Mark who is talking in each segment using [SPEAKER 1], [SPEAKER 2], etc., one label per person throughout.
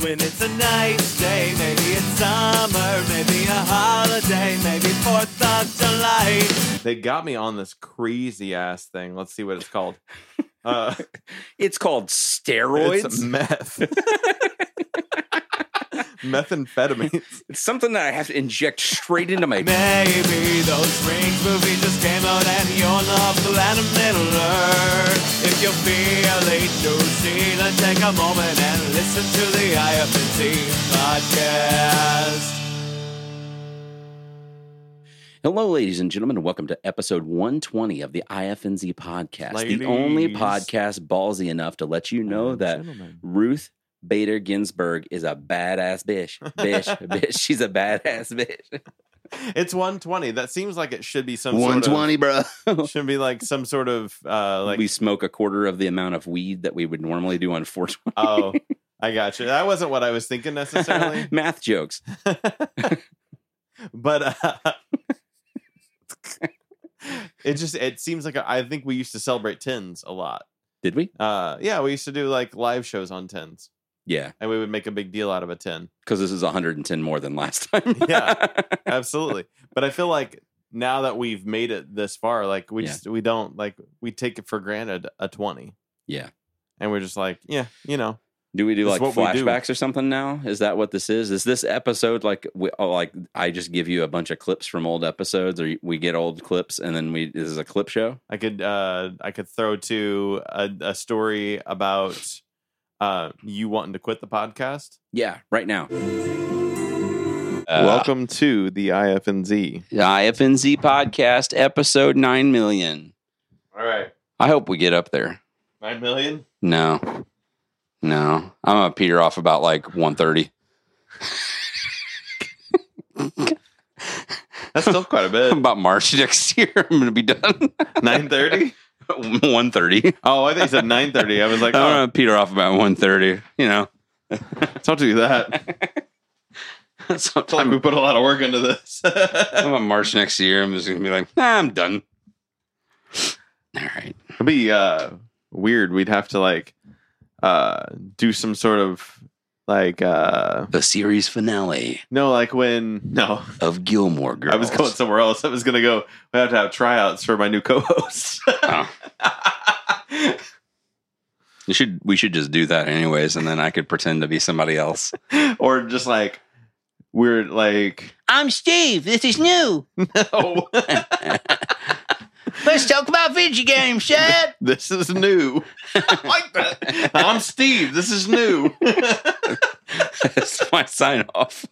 [SPEAKER 1] When it's a nice day, maybe it's summer, maybe a holiday, maybe 4th of July. They got me on this crazy ass thing. Let's see what it's called. Uh,
[SPEAKER 2] It's called steroids.
[SPEAKER 1] It's meth. Methamphetamines.
[SPEAKER 2] It's something that I have to inject straight into my.
[SPEAKER 1] Maybe those rings movie just came out and you're love the land of Middle Earth. If you feel late to see, then take a moment and listen to the IFNC podcast.
[SPEAKER 2] Hello, ladies and gentlemen, and welcome to episode 120 of the IFNZ podcast, the
[SPEAKER 1] Ladies.
[SPEAKER 2] only podcast ballsy enough to let you know that Ruth Bader Ginsburg is a badass bitch. Bitch, bitch. She's a badass bitch.
[SPEAKER 1] it's 120. That seems like it should be some
[SPEAKER 2] 120,
[SPEAKER 1] sort
[SPEAKER 2] bro.
[SPEAKER 1] of, should be like some sort of uh like
[SPEAKER 2] we smoke a quarter of the amount of weed that we would normally do on 420.
[SPEAKER 1] oh I got you. That wasn't what I was thinking necessarily,
[SPEAKER 2] Math jokes.
[SPEAKER 1] but uh, it just it seems like I think we used to celebrate tens a lot.
[SPEAKER 2] Did we?
[SPEAKER 1] Uh, yeah, we used to do like live shows on tens,
[SPEAKER 2] Yeah,
[SPEAKER 1] and we would make a big deal out of a ten.
[SPEAKER 2] because this is 110 more than last time.
[SPEAKER 1] Yeah. Absolutely, but I feel like now that we've made it this far, like we
[SPEAKER 2] Yeah.
[SPEAKER 1] just we don't like we take it for granted a twenty,
[SPEAKER 2] yeah.
[SPEAKER 1] and we're just like, yeah, you know,
[SPEAKER 2] Do we do
[SPEAKER 1] This is
[SPEAKER 2] like
[SPEAKER 1] what we do.
[SPEAKER 2] flashbacks or something now? Is that what this is? Is this episode like we, oh, like I just give you a bunch of clips from old episodes, or we get old clips and then we this is a clip show?
[SPEAKER 1] I could uh I could throw to a, a story about uh you wanting to quit the podcast.
[SPEAKER 2] Yeah, right now.
[SPEAKER 1] Uh, Welcome to the IFNZ.
[SPEAKER 2] Uh, the IFNZ podcast episode nine million.
[SPEAKER 1] All right,
[SPEAKER 2] I hope we get up there.
[SPEAKER 1] nine million.
[SPEAKER 2] No, no, I'm gonna peter off about like 130.
[SPEAKER 1] That's still quite a bit.
[SPEAKER 2] about March next year, I'm gonna be done.
[SPEAKER 1] Nine thirty.
[SPEAKER 2] 130.
[SPEAKER 1] Oh, I think you said nine thirty. I was like,
[SPEAKER 2] I'm
[SPEAKER 1] oh,
[SPEAKER 2] gonna peter off about 130. You know,
[SPEAKER 1] don't do that.
[SPEAKER 2] sometime
[SPEAKER 1] we put a lot of work into this. It'll
[SPEAKER 2] I'm on March next year. I'm just gonna be like, nah, I'm done. All right.
[SPEAKER 1] be uh, weird. We'd have to like uh, do some sort of like uh,
[SPEAKER 2] The series finale
[SPEAKER 1] no, like when no,
[SPEAKER 2] of Gilmore Girls.
[SPEAKER 1] I was going somewhere else. I was gonna go. We have to have tryouts for my new co-host.
[SPEAKER 2] Oh. You should we should just do that anyways, and then I could pretend to be somebody else.
[SPEAKER 1] or just like we're like
[SPEAKER 2] I'm Steve. This is new.
[SPEAKER 1] no,
[SPEAKER 2] Let's talk about video games, Chad.
[SPEAKER 1] this is new. I like that. I'm Steve. This is new.
[SPEAKER 2] That's my sign off.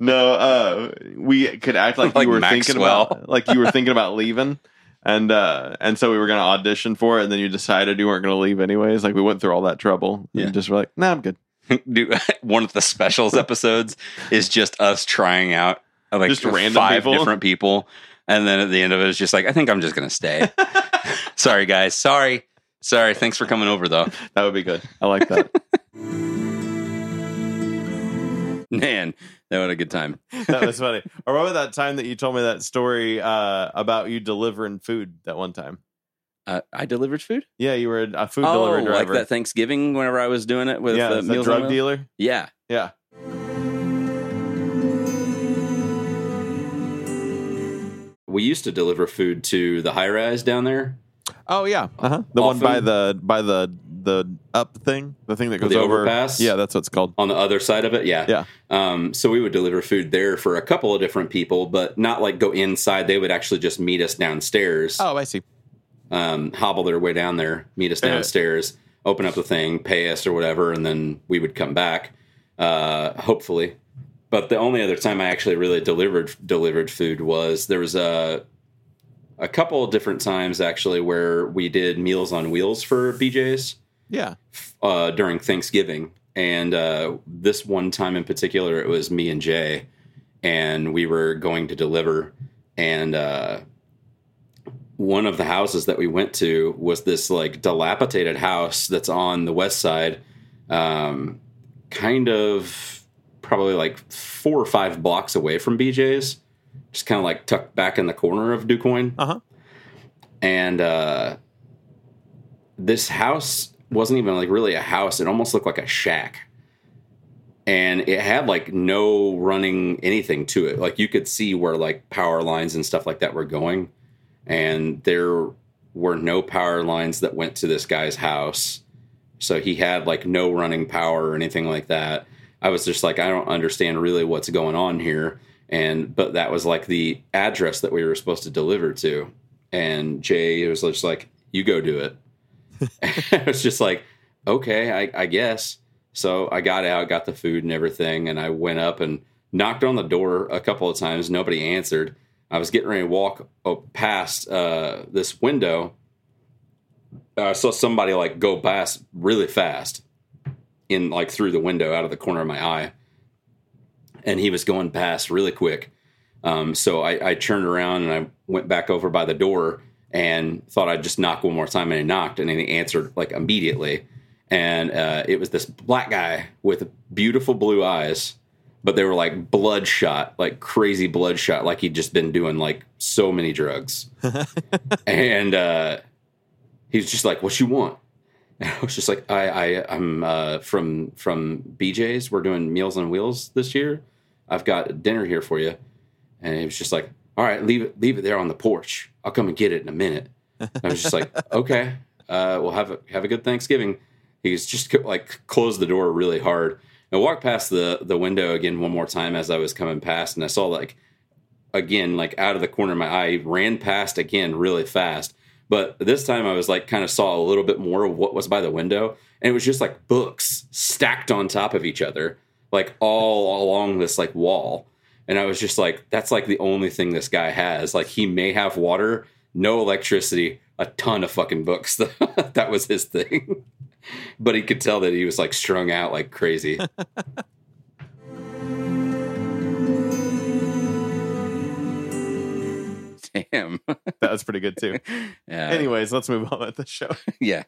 [SPEAKER 1] No, uh, we could act like,
[SPEAKER 2] Like
[SPEAKER 1] you were thinking
[SPEAKER 2] Maxwell.
[SPEAKER 1] about like you were thinking about leaving, and uh, and so we were gonna audition for it, and then you decided you weren't gonna leave anyways. Like we went through all that trouble,
[SPEAKER 2] Yeah.
[SPEAKER 1] and just were like, "No, nah, I'm good."
[SPEAKER 2] do one of the specials episodes is just us trying out uh, like
[SPEAKER 1] Just random
[SPEAKER 2] five
[SPEAKER 1] people?
[SPEAKER 2] different people, and then at the end of it, it's just like I think I'm just gonna stay. sorry, guys. Sorry, sorry. Thanks for coming over though.
[SPEAKER 1] That would be good. I like that.
[SPEAKER 2] Man, that was a good time.
[SPEAKER 1] that was funny. Or remember that time that you told me that story uh, about you delivering food that one time?
[SPEAKER 2] Uh, I delivered food.
[SPEAKER 1] Yeah, you were a food
[SPEAKER 2] Oh,
[SPEAKER 1] delivery
[SPEAKER 2] like
[SPEAKER 1] driver.
[SPEAKER 2] that Thanksgiving whenever I was doing it with
[SPEAKER 1] yeah,
[SPEAKER 2] uh,
[SPEAKER 1] it's the
[SPEAKER 2] Meals on
[SPEAKER 1] drug
[SPEAKER 2] Wheels?
[SPEAKER 1] dealer.
[SPEAKER 2] Yeah,
[SPEAKER 1] Yeah.
[SPEAKER 2] we used to deliver food to the high rise down there.
[SPEAKER 1] Oh yeah, uh-huh. the one
[SPEAKER 2] Often-
[SPEAKER 1] by the by the the up thing, the thing that goes
[SPEAKER 2] The
[SPEAKER 1] over.
[SPEAKER 2] overpass?
[SPEAKER 1] Yeah, that's what it's called.
[SPEAKER 2] on the other side of it. Yeah.
[SPEAKER 1] Yeah.
[SPEAKER 2] Um, so we would deliver food there for a couple of different people, but not like go inside. They would actually just meet us downstairs,
[SPEAKER 1] Oh, I see.
[SPEAKER 2] um, hobble their way down there, meet us
[SPEAKER 1] Yeah.
[SPEAKER 2] downstairs, open up the thing, pay us or whatever, and then we would come back, uh, hopefully. But the only other time I actually really delivered delivered food was there was a a couple of different times actually where we did meals on wheels for BJ's
[SPEAKER 1] Yeah.
[SPEAKER 2] uh, during Thanksgiving. And uh, this one time in particular, it was me and Jay, and we were going to deliver. And uh, one of the houses that we went to was this like dilapidated house that's on the west side, um, kind of probably like four or five blocks away from BJ's, just kind of like tucked back in the corner of Ducoin.
[SPEAKER 1] Uh-huh.
[SPEAKER 2] And uh, this house wasn't even like really a house. It almost looked like a shack. and it had like no running anything to it. Like you could see where like power lines and stuff like that were going, and there were no power lines that went to this guy's house. So he had like no running power or anything like that. I was just like, I don't understand really what's going on here. And but that was like the address that we were supposed to deliver to. And Jay was just like, You go do it. I was just like, Okay, I, I guess. So I got out, got the food and everything, and I went up and knocked on the door a couple of times. Nobody answered. I was getting ready to walk up past uh, this window. I saw somebody like go past really fast in like through the window out of the corner of my eye, and he was going past really quick. Um, so I, I turned around and I went back over by the door and thought I'd just knock one more time, and he knocked, and then he answered like immediately and uh, it was this black guy with beautiful blue eyes, but they were like bloodshot, like crazy bloodshot, like he'd just been doing like so many drugs. and uh, he was just like, "What you want?" And I was just like, "I, I, I'm uh, from from BJ's. We're doing Meals on Wheels this year. I've got dinner here for you." And he was just like, "All right, leave it, leave it there on the porch. I'll come and get it in a minute." And I was just like, "Okay, uh, well have a have a good Thanksgiving." he's just like closed the door really hard and walked past the the window again one more time as I was coming past and I saw like again like out of the corner of my eye he ran past again really fast but this time I was like kind of saw a little bit more of what was by the window and it was just like books stacked on top of each other like all along this like wall and I was just like that's like the only thing this guy has like he may have water no electricity a ton of fucking books that was his thing but he could tell that he was like strung out like crazy. Damn.
[SPEAKER 1] That was pretty good too.
[SPEAKER 2] Yeah.
[SPEAKER 1] Anyways, let's move on with the show.
[SPEAKER 2] Yeah.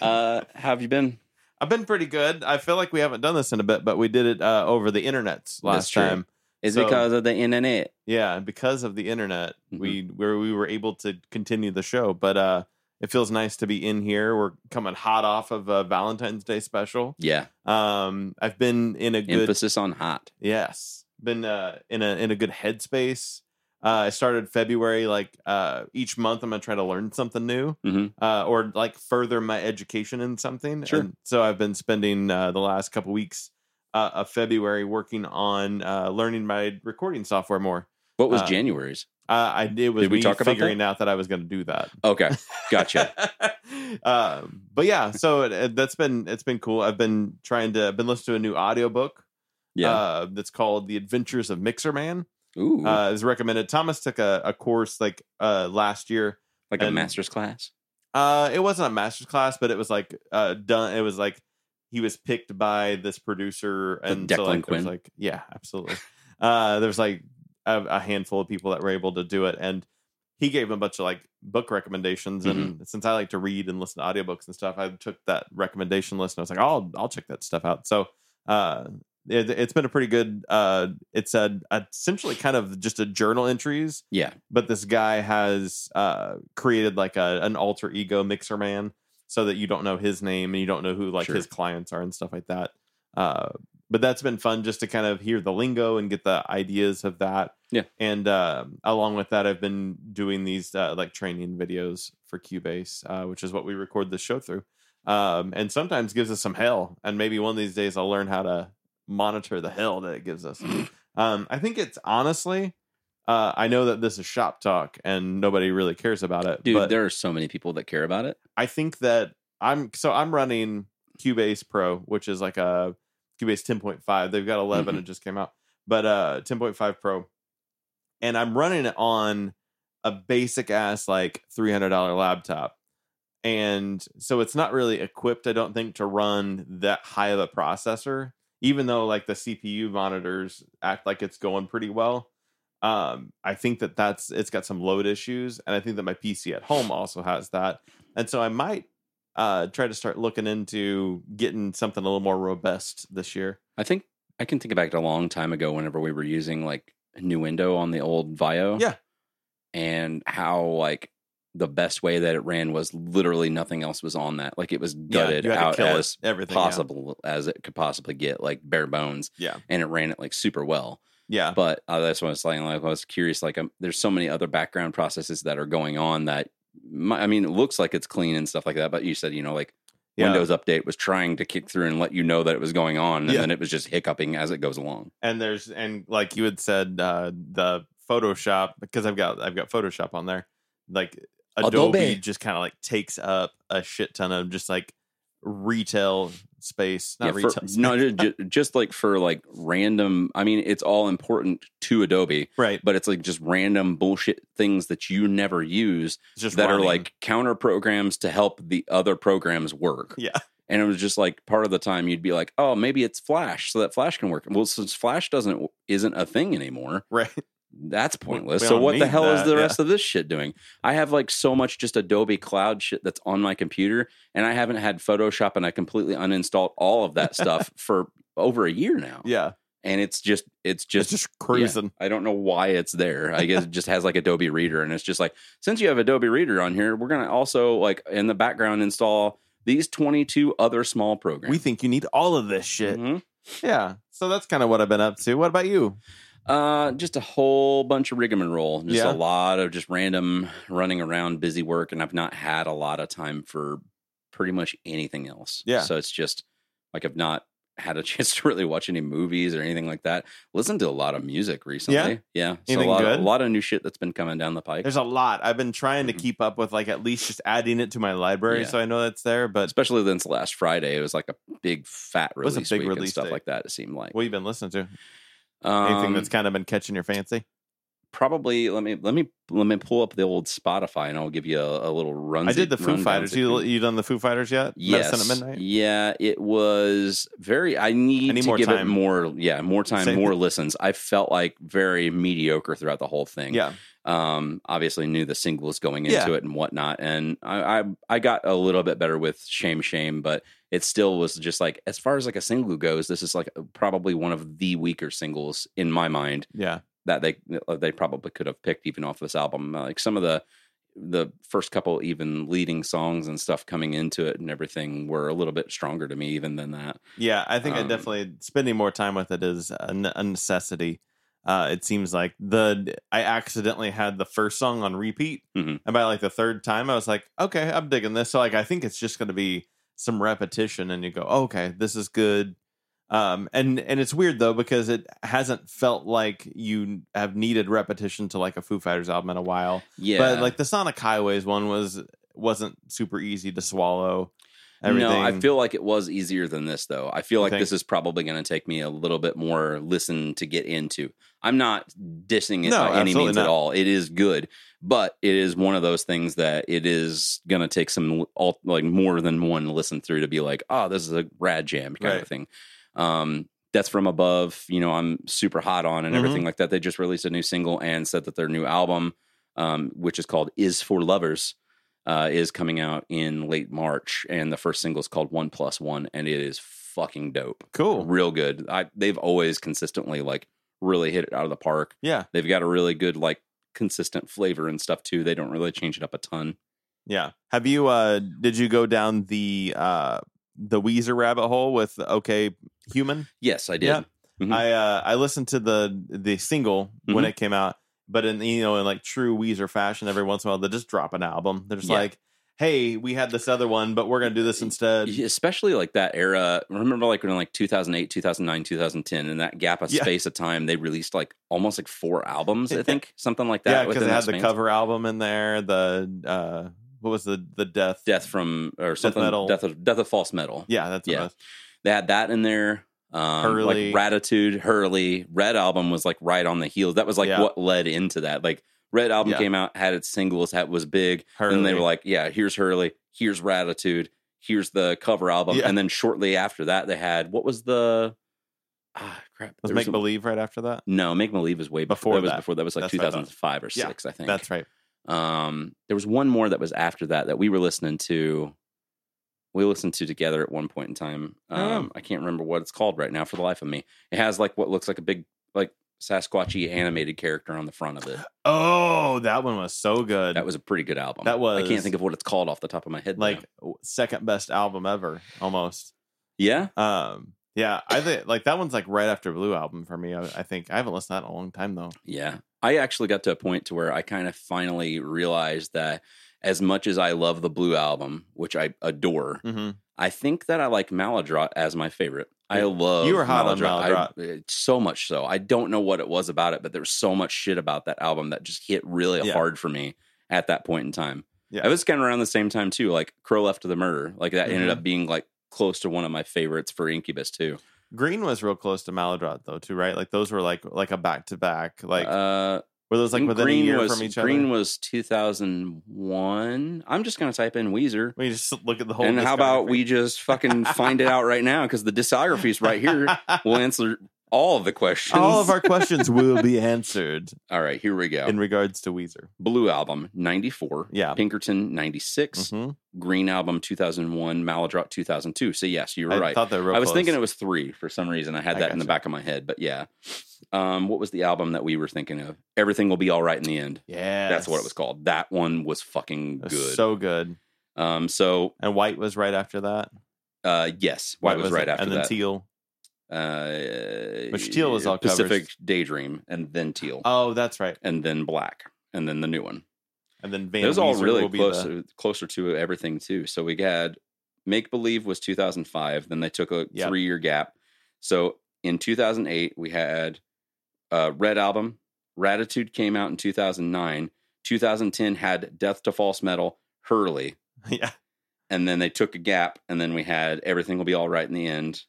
[SPEAKER 2] Uh, how have you been?
[SPEAKER 1] I've been pretty good. I feel like we haven't done this in a bit, but we did it uh, over the internet
[SPEAKER 2] That's
[SPEAKER 1] last
[SPEAKER 2] true.
[SPEAKER 1] time.
[SPEAKER 2] It's
[SPEAKER 1] So-
[SPEAKER 2] because of the internet.
[SPEAKER 1] Yeah, because of the internet, we where we were able to continue the show. But uh, it feels nice to be in here. We're coming hot off of a Valentine's Day special.
[SPEAKER 2] Yeah.
[SPEAKER 1] Um, I've been in a good
[SPEAKER 2] Emphasis on hot.
[SPEAKER 1] Yes, been uh, in a in a good headspace. Uh, I started February like uh, each month. I'm gonna try to learn something new,
[SPEAKER 2] Mhm.
[SPEAKER 1] uh, or like further my education in something.
[SPEAKER 2] Sure.
[SPEAKER 1] And so I've been spending uh, the last couple weeks uh, of February working on uh, learning my recording software more.
[SPEAKER 2] What was
[SPEAKER 1] Uh,
[SPEAKER 2] January's?
[SPEAKER 1] Uh, I it was
[SPEAKER 2] Did we
[SPEAKER 1] me
[SPEAKER 2] talk about
[SPEAKER 1] figuring out that I was gonna do that.
[SPEAKER 2] Okay. Gotcha.
[SPEAKER 1] um, but yeah, so it, it- that's been it's been cool. I've been trying to I've been listening to a new audiobook
[SPEAKER 2] Yeah.
[SPEAKER 1] uh, that's called The Adventures of Mixer Man.
[SPEAKER 2] Ooh.
[SPEAKER 1] Uh, is recommended. Thomas took a, a course like uh, last year.
[SPEAKER 2] like a
[SPEAKER 1] and-
[SPEAKER 2] master's class.
[SPEAKER 1] Uh, it wasn't a master's class, but it was like uh, done. It was like he was picked by this producer
[SPEAKER 2] The
[SPEAKER 1] and
[SPEAKER 2] Declan
[SPEAKER 1] so, like, there was,
[SPEAKER 2] Quinn?
[SPEAKER 1] like yeah, absolutely. uh, there's like a, a handful of people that were able to do it, and he gave a bunch of like book recommendations.
[SPEAKER 2] Mm-hmm.
[SPEAKER 1] And since I like to read and listen to audiobooks and stuff, I took that recommendation list and I was like, I'll I'll check that stuff out. So uh, it, it's been a pretty good. Uh, it's a, a essentially kind of just a journal entries
[SPEAKER 2] Yeah.
[SPEAKER 1] but this guy has uh created like a an alter ego mixer man so that you don't know his name and you don't know who like
[SPEAKER 2] Sure.
[SPEAKER 1] his clients are and stuff like that uh but that's been fun just to kind of hear the lingo and get the ideas of that
[SPEAKER 2] Yeah.
[SPEAKER 1] and uh, along with that i've been doing these uh, like training videos for cubase uh, which is what we record the show through um and sometimes gives us some hell and maybe one of these days i'll learn how to monitor the hell that it gives us um i think it's honestly uh, I know that this is shop talk and nobody really cares about it.
[SPEAKER 2] Dude,
[SPEAKER 1] but
[SPEAKER 2] there are so many people that care about it.
[SPEAKER 1] I think that I'm so I'm running Cubase Pro, which is like a Cubase 10.5. They've got 11; it just came out, but uh, 10.5 Pro, and I'm running it on a basic ass like $300 laptop, and so it's not really equipped, I don't think, to run that high of a processor. Even though like the CPU monitors act like it's going pretty well, um, I think that that's it's got some load issues, and I think that my PC at home also has that and so I might uh, try to start looking into getting something a little more robust this year.
[SPEAKER 2] I think I can think back to a long time ago whenever we were using like Nuendo on the old Vio.
[SPEAKER 1] Yeah.
[SPEAKER 2] And how like the best way that it ran was literally nothing else was on that. Like it was
[SPEAKER 1] Yeah,
[SPEAKER 2] gutted
[SPEAKER 1] you had to
[SPEAKER 2] out
[SPEAKER 1] kill it,
[SPEAKER 2] as
[SPEAKER 1] everything yeah.
[SPEAKER 2] possible as it could possibly get, like bare bones.
[SPEAKER 1] Yeah.
[SPEAKER 2] and it ran it like super well.
[SPEAKER 1] Yeah.
[SPEAKER 2] But uh, that's what I was saying. Like I was curious. Like i there's so many other background processes that are going on that. My, I mean, it looks like it's clean and stuff like that. But you said you know like
[SPEAKER 1] yeah.
[SPEAKER 2] Windows update was trying to kick through and let you know that it was going on, and
[SPEAKER 1] Yeah.
[SPEAKER 2] then it was just hiccuping as it goes along.
[SPEAKER 1] and there's and like you had said uh the photoshop because i've got i've got photoshop on there like adobe,
[SPEAKER 2] Adobe.
[SPEAKER 1] just kind of like takes up a shit ton of just like retail space not
[SPEAKER 2] Yeah, for-
[SPEAKER 1] retail space.
[SPEAKER 2] no, ju- ju- just like for like random. I mean, it's all important to Adobe,
[SPEAKER 1] right
[SPEAKER 2] but it's like just random bullshit things that you never use
[SPEAKER 1] it's just
[SPEAKER 2] that
[SPEAKER 1] running.
[SPEAKER 2] are like counter programs to help the other programs work.
[SPEAKER 1] Yeah.
[SPEAKER 2] And it was just like part of the time you'd be like, oh, maybe it's Flash, so that Flash can work. Well, since Flash doesn't isn't a thing anymore,
[SPEAKER 1] right
[SPEAKER 2] that's pointless.
[SPEAKER 1] we
[SPEAKER 2] so
[SPEAKER 1] don't
[SPEAKER 2] what the
[SPEAKER 1] need
[SPEAKER 2] hell is
[SPEAKER 1] that,
[SPEAKER 2] the
[SPEAKER 1] yeah.
[SPEAKER 2] rest of this shit doing? I have like so much just Adobe Cloud shit that's on my computer, and I haven't had Photoshop, and I completely uninstalled all of that stuff for over a year now.
[SPEAKER 1] yeah
[SPEAKER 2] And it's just it's
[SPEAKER 1] just
[SPEAKER 2] just
[SPEAKER 1] just cruising
[SPEAKER 2] I don't know why it's there. I guess it just has like Adobe Reader, and it's just like since you have Adobe Reader on here, we're gonna also like in the background install these twenty two other small programs.
[SPEAKER 1] we think you need all of this shit
[SPEAKER 2] Mhm.
[SPEAKER 1] yeah so that's kind of what i've been up to what about you
[SPEAKER 2] Uh, just a whole bunch of rigmarole, just
[SPEAKER 1] Yeah.
[SPEAKER 2] a lot of just random running around, busy work, and I've not had a lot of time for pretty much anything else.
[SPEAKER 1] Yeah.
[SPEAKER 2] so it's just like I've not had a chance to really watch any movies or anything like that. Listen to a lot of music recently. Yeah, So
[SPEAKER 1] Anything
[SPEAKER 2] a lot
[SPEAKER 1] good?
[SPEAKER 2] Of, a lot of new shit that's been coming down the pike.
[SPEAKER 1] there's a lot i've been trying to
[SPEAKER 2] Mhm.
[SPEAKER 1] keep up with like at least just adding it to my library
[SPEAKER 2] Yeah.
[SPEAKER 1] so i know that's there but
[SPEAKER 2] especially since last Friday, it was like a big fat
[SPEAKER 1] was
[SPEAKER 2] release
[SPEAKER 1] a big
[SPEAKER 2] week and
[SPEAKER 1] release
[SPEAKER 2] stuff
[SPEAKER 1] day.
[SPEAKER 2] like that. It seemed like
[SPEAKER 1] what you been listening to anything
[SPEAKER 2] Um,
[SPEAKER 1] that's kind of been catching your fancy
[SPEAKER 2] probably. Let me let me let me pull up the old Spotify, and I'll give you a, a little run.
[SPEAKER 1] I did the Foo Fighters. You you done the Foo Fighters yet?
[SPEAKER 2] Yes.
[SPEAKER 1] Medicine at midnight.
[SPEAKER 2] Yeah, it was very. I need,
[SPEAKER 1] I need
[SPEAKER 2] to
[SPEAKER 1] more
[SPEAKER 2] give it
[SPEAKER 1] time.
[SPEAKER 2] more. Yeah, more time,
[SPEAKER 1] Same.
[SPEAKER 2] more listens. I felt like very mediocre throughout the whole thing.
[SPEAKER 1] Yeah,
[SPEAKER 2] um obviously knew the singles going into
[SPEAKER 1] Yeah.
[SPEAKER 2] it and whatnot and I, I i got a little bit better with shame shame but it still was just like as far as like a single goes this is like probably one of the weaker singles in my mind
[SPEAKER 1] yeah,
[SPEAKER 2] that they they probably could have picked even off this album Uh, like some of the the first couple even leading songs and stuff coming into it and everything were a little bit stronger to me even than that
[SPEAKER 1] yeah. I think I
[SPEAKER 2] Um,
[SPEAKER 1] definitely spending more time with it is a, ne- a necessity. Uh, it seems like the I accidentally had the first song on repeat,
[SPEAKER 2] Mhm.
[SPEAKER 1] and by like the third time, I was like, okay, I'm digging this. So like, I think it's just going to be some repetition, and you go, oh, okay, this is good. Um, and and it's weird though because it hasn't felt like you have needed repetition to like a Foo Fighters album in a while.
[SPEAKER 2] yeah
[SPEAKER 1] But like the Sonic Highways one was wasn't super easy to swallow. Everything.
[SPEAKER 2] No, I feel like it was easier than this though. I feel
[SPEAKER 1] You
[SPEAKER 2] like
[SPEAKER 1] think?
[SPEAKER 2] this is probably going to take me a little bit more listen to get into. I'm not dissing it
[SPEAKER 1] No,
[SPEAKER 2] by any
[SPEAKER 1] absolutely
[SPEAKER 2] means
[SPEAKER 1] not.
[SPEAKER 2] at all. It is good, but it is one of those things that it is going to take some l- all, like more than one listen through to be like, "Oh, this is a rad jam" kind
[SPEAKER 1] Right.
[SPEAKER 2] of thing. Um that's from above, you know, I'm super hot on and
[SPEAKER 1] Mhm.
[SPEAKER 2] everything like that. They just released a new single and said that their new album um, which is called Is for Lovers, uh, is coming out in late March. And the first single is called One Plus One, and it is fucking dope.
[SPEAKER 1] cool.
[SPEAKER 2] Real good. I, they've always consistently, like, really hit it out of the park.
[SPEAKER 1] Yeah,
[SPEAKER 2] They've got a really good, like, consistent flavor and stuff, too. They don't really change it up a ton.
[SPEAKER 1] yeah. Have you? uh Did you go down the uh the Weezer rabbit hole with Okay Human?
[SPEAKER 2] Yes, I did.
[SPEAKER 1] Yeah.
[SPEAKER 2] Mhm.
[SPEAKER 1] I uh I listened to the the single
[SPEAKER 2] Mm-hmm.
[SPEAKER 1] when it came out, but in you know in like true Weezer fashion, every once in a while they just drop an album. They're just
[SPEAKER 2] Yeah.
[SPEAKER 1] like, hey, we had this other one, but we're gonna do this instead.
[SPEAKER 2] especially like that era remember like when like 2008 2009 2010 and that gap of
[SPEAKER 1] Yeah.
[SPEAKER 2] space of time they released like almost like four albums i
[SPEAKER 1] Yeah.
[SPEAKER 2] think something like
[SPEAKER 1] yeah,
[SPEAKER 2] that
[SPEAKER 1] because
[SPEAKER 2] within
[SPEAKER 1] they
[SPEAKER 2] that
[SPEAKER 1] had the
[SPEAKER 2] span.
[SPEAKER 1] cover album in there. The uh what was the the death?
[SPEAKER 2] death from or something
[SPEAKER 1] metal.
[SPEAKER 2] death of death of false metal.
[SPEAKER 1] Yeah, that's what
[SPEAKER 2] Yeah.
[SPEAKER 1] it was.
[SPEAKER 2] They had that in there. Um,
[SPEAKER 1] Hurley.
[SPEAKER 2] like Ratitude, Hurley, Red album was like right on the heels. That was like
[SPEAKER 1] Yeah.
[SPEAKER 2] what led into that. Like Red album
[SPEAKER 1] Yeah.
[SPEAKER 2] came out, had its singles, had was big, and they
[SPEAKER 1] Hurley.
[SPEAKER 2] were like, yeah, here's Hurley, here's Ratitude, here's the cover album,
[SPEAKER 1] Yeah.
[SPEAKER 2] and then shortly after that they had what was the ah crap
[SPEAKER 1] Was
[SPEAKER 2] There was
[SPEAKER 1] Make Believe right after that?
[SPEAKER 2] a- no Make Believe was way
[SPEAKER 1] Before
[SPEAKER 2] before, that was
[SPEAKER 1] that.
[SPEAKER 2] before that was like
[SPEAKER 1] That's what I thought.
[SPEAKER 2] 2005 or
[SPEAKER 1] Yeah,
[SPEAKER 2] six I think
[SPEAKER 1] That's right.
[SPEAKER 2] um, there was one more that was after that that we were listening to. We listened to together at one point
[SPEAKER 1] Oh.
[SPEAKER 2] in time. Um, I can't remember what it's called right now for the life of me. It has like what looks like a big like Sasquatchy animated character on the front of it.
[SPEAKER 1] Oh, that one was so good.
[SPEAKER 2] That was a pretty good album.
[SPEAKER 1] That was-
[SPEAKER 2] I can't think of what it's called off the top of my head.
[SPEAKER 1] like
[SPEAKER 2] now.
[SPEAKER 1] w- second best album ever, almost.
[SPEAKER 2] yeah,
[SPEAKER 1] Um, yeah, I think like that one's like right after Blue album for me. I, I think I haven't listened to that in a long time though.
[SPEAKER 2] yeah. I actually got to a point to where I kind of finally realized that as much as I love the Blue album, which I adore,
[SPEAKER 1] Mm-hmm.
[SPEAKER 2] I think that I like Maladrot as my favorite. I
[SPEAKER 1] Yeah.
[SPEAKER 2] love
[SPEAKER 1] You were hot on
[SPEAKER 2] I- uh, so much so. I don't know what it was about it, but there was so much shit about that album that just hit really
[SPEAKER 1] Yeah.
[SPEAKER 2] hard for me at that point in time.
[SPEAKER 1] Yeah.
[SPEAKER 2] I was kind of around the same time too, like Crow Left to the Murder. Like that ended
[SPEAKER 1] Mhm.
[SPEAKER 2] up being like close to one of my favorites for Incubus too.
[SPEAKER 1] Green was real close to Maladrot though too, right? Like those were like like a back to back. Like
[SPEAKER 2] uh,
[SPEAKER 1] were those like within a year
[SPEAKER 2] was,
[SPEAKER 1] from each
[SPEAKER 2] Green
[SPEAKER 1] other?
[SPEAKER 2] was 2001. I'm just gonna type in Weezer.
[SPEAKER 1] We just look at the whole.
[SPEAKER 2] and how about
[SPEAKER 1] discography.
[SPEAKER 2] we just fucking find it out right now because the discography's right here. We'll answer all of the questions.
[SPEAKER 1] All of our questions will be answered
[SPEAKER 2] All right, here we go.
[SPEAKER 1] in regards to Weezer.
[SPEAKER 2] Blue album 94,
[SPEAKER 1] Yeah.
[SPEAKER 2] Pinkerton 96,
[SPEAKER 1] Mhm.
[SPEAKER 2] Green album 2001, Maladrop 2002. So yes, you were
[SPEAKER 1] I
[SPEAKER 2] right.
[SPEAKER 1] thought they were. Real
[SPEAKER 2] I was
[SPEAKER 1] close.
[SPEAKER 2] thinking it was 3 for some reason. I had
[SPEAKER 1] I
[SPEAKER 2] that in the
[SPEAKER 1] gotcha.
[SPEAKER 2] back of my head, but yeah. Um what was the album that we were thinking of? Everything will be all right in the end.
[SPEAKER 1] Yeah,
[SPEAKER 2] That's what it was called. That one was fucking
[SPEAKER 1] It was
[SPEAKER 2] good.
[SPEAKER 1] So good.
[SPEAKER 2] um so
[SPEAKER 1] And White was right after that.
[SPEAKER 2] uh yes, White was, right
[SPEAKER 1] it?
[SPEAKER 2] after
[SPEAKER 1] and
[SPEAKER 2] that.
[SPEAKER 1] then Teal.
[SPEAKER 2] uh
[SPEAKER 1] Which Teal was all covers.
[SPEAKER 2] Pacific Daydream and then Teal
[SPEAKER 1] Oh, that's right.
[SPEAKER 2] and then Black and then the new one.
[SPEAKER 1] And then Van.
[SPEAKER 2] It was all
[SPEAKER 1] Weezer
[SPEAKER 2] really
[SPEAKER 1] will be
[SPEAKER 2] close,
[SPEAKER 1] the-
[SPEAKER 2] closer to everything too. So we had Make Believe was 2005. Then they took a
[SPEAKER 1] Yep.
[SPEAKER 2] three year gap. So in 2008 we had uh, Red Album. Ratitude came out in 2009. 2010 had Death to False Metal. Hurley,
[SPEAKER 1] yeah.
[SPEAKER 2] and then they took a gap, and then we had Everything Will Be All Right in the End,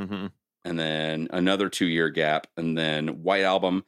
[SPEAKER 2] Mm-hmm.
[SPEAKER 1] hmm
[SPEAKER 2] and then another two year gap, and then White Album,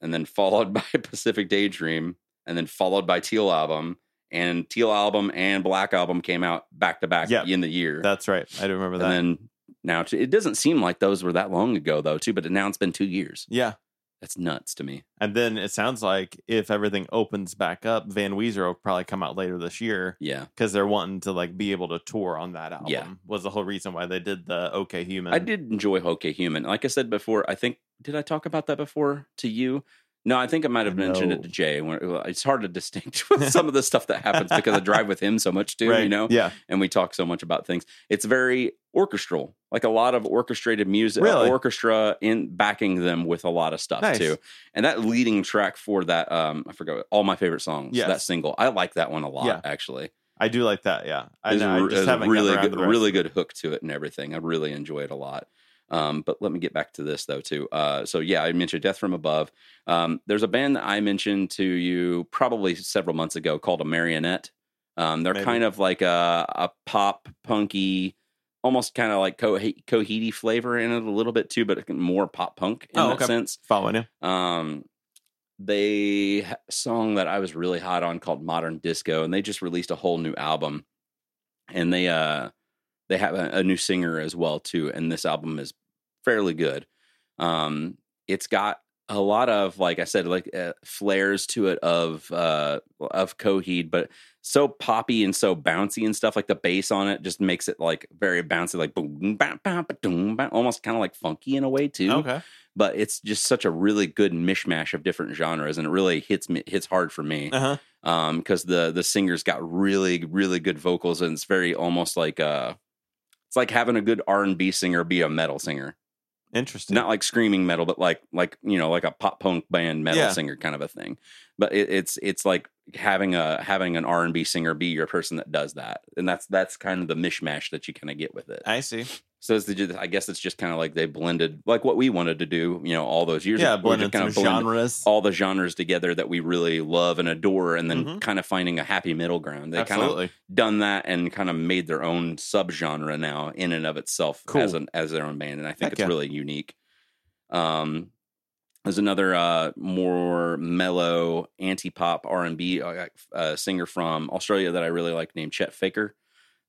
[SPEAKER 2] and then followed by Pacific Daydream, and then followed by Teal Album. And Teal Album and Black Album came out back to back
[SPEAKER 1] Yeah,
[SPEAKER 2] in the year.
[SPEAKER 1] That's right. I do remember
[SPEAKER 2] and
[SPEAKER 1] that.
[SPEAKER 2] then now t- it doesn't seem like those were that long ago though, too. But now it's been two years.
[SPEAKER 1] yeah.
[SPEAKER 2] That's nuts to me.
[SPEAKER 1] And then it sounds like if everything opens back up, Van Weezer will probably come out later this year
[SPEAKER 2] Yeah,
[SPEAKER 1] because they're wanting to like be able to tour on that album.
[SPEAKER 2] Yeah.
[SPEAKER 1] Was the whole reason why they did the OK Human.
[SPEAKER 2] I did enjoy Hoke Human. Like I said before, I think did I talk about that before to you? No, I think I might have mentioned it
[SPEAKER 1] No.
[SPEAKER 2] to Jay. When, well, it's hard to distinct with some of the stuff that happens because I drive with him so much too. You know,
[SPEAKER 1] Yeah.
[SPEAKER 2] and we talk so much about things. It's very orchestral, like a lot of orchestrated music,
[SPEAKER 1] Really?
[SPEAKER 2] orchestra in backing them with a lot of stuff
[SPEAKER 1] Nice.
[SPEAKER 2] too. And that leading track for that, um, I forgot all my favorite songs.
[SPEAKER 1] Yes.
[SPEAKER 2] That single, I like that one a lot.
[SPEAKER 1] Yeah.
[SPEAKER 2] Actually,
[SPEAKER 1] I do like that. Yeah. I,
[SPEAKER 2] There's
[SPEAKER 1] know,
[SPEAKER 2] a
[SPEAKER 1] I
[SPEAKER 2] r-
[SPEAKER 1] just
[SPEAKER 2] a
[SPEAKER 1] haven't
[SPEAKER 2] really
[SPEAKER 1] gotten around
[SPEAKER 2] good,
[SPEAKER 1] to the rest
[SPEAKER 2] really
[SPEAKER 1] of it.
[SPEAKER 2] good hook to it and everything. I really enjoy it a lot. Um, but let me get back to this though too. Uh, so yeah, I mentioned Death from Above. Um, there's a band that I mentioned to you probably several months ago called a Marionette. Um, they're
[SPEAKER 1] Maybe.
[SPEAKER 2] kind of like a, a pop punky, almost kind of like co- Coheedy flavor in it a little bit too, but more pop punk in
[SPEAKER 1] Oh,
[SPEAKER 2] that
[SPEAKER 1] okay.
[SPEAKER 2] sense.
[SPEAKER 1] Following you.
[SPEAKER 2] Um, they ha- song that I was really hot on called Modern Disco, and they just released a whole new album, and they uh they have a, a new singer as well too, and this album is fairly good. Um, it's got a lot of like I said, like uh, flares to it of uh of Coheed, but so poppy and so bouncy and stuff. Like the bass on it just makes it like very bouncy, like boom, bam, bam, ba-doom, bam, almost kind of like funky in a way too
[SPEAKER 1] Okay.
[SPEAKER 2] but it's just such a really good mishmash of different genres, and it really hits me hits hard for me
[SPEAKER 1] Uh huh.
[SPEAKER 2] um because the the singer's got really really good vocals, and it's very almost like uh it's like having a good R and B singer be a metal singer,
[SPEAKER 1] Interesting.
[SPEAKER 2] not like screaming metal, but like like you know like a pop punk band metal
[SPEAKER 1] Yeah.
[SPEAKER 2] singer kind of a thing. But it, it's it's like having a having an R and B singer be your person that does that, and that's that's kind of the mishmash that you kind of get with it.
[SPEAKER 1] I see.
[SPEAKER 2] So it's the, I guess it's just kind of like they blended, like what we wanted to do, you know, all those years.
[SPEAKER 1] yeah,
[SPEAKER 2] ago,
[SPEAKER 1] blending
[SPEAKER 2] just kinda
[SPEAKER 1] through genres.
[SPEAKER 2] all the genres together that we really love and adore, and then
[SPEAKER 1] Mhm.
[SPEAKER 2] kind of finding a happy middle ground. They kind of
[SPEAKER 1] Absolutely.
[SPEAKER 2] done that and kind of made their own subgenre now in and of itself
[SPEAKER 1] Cool.
[SPEAKER 2] as an as their own band, and I think
[SPEAKER 1] Heck
[SPEAKER 2] it's
[SPEAKER 1] yeah.
[SPEAKER 2] really unique. Um, there's another uh, more mellow anti pop R and B uh, uh, singer from Australia that I really like named Chet Faker.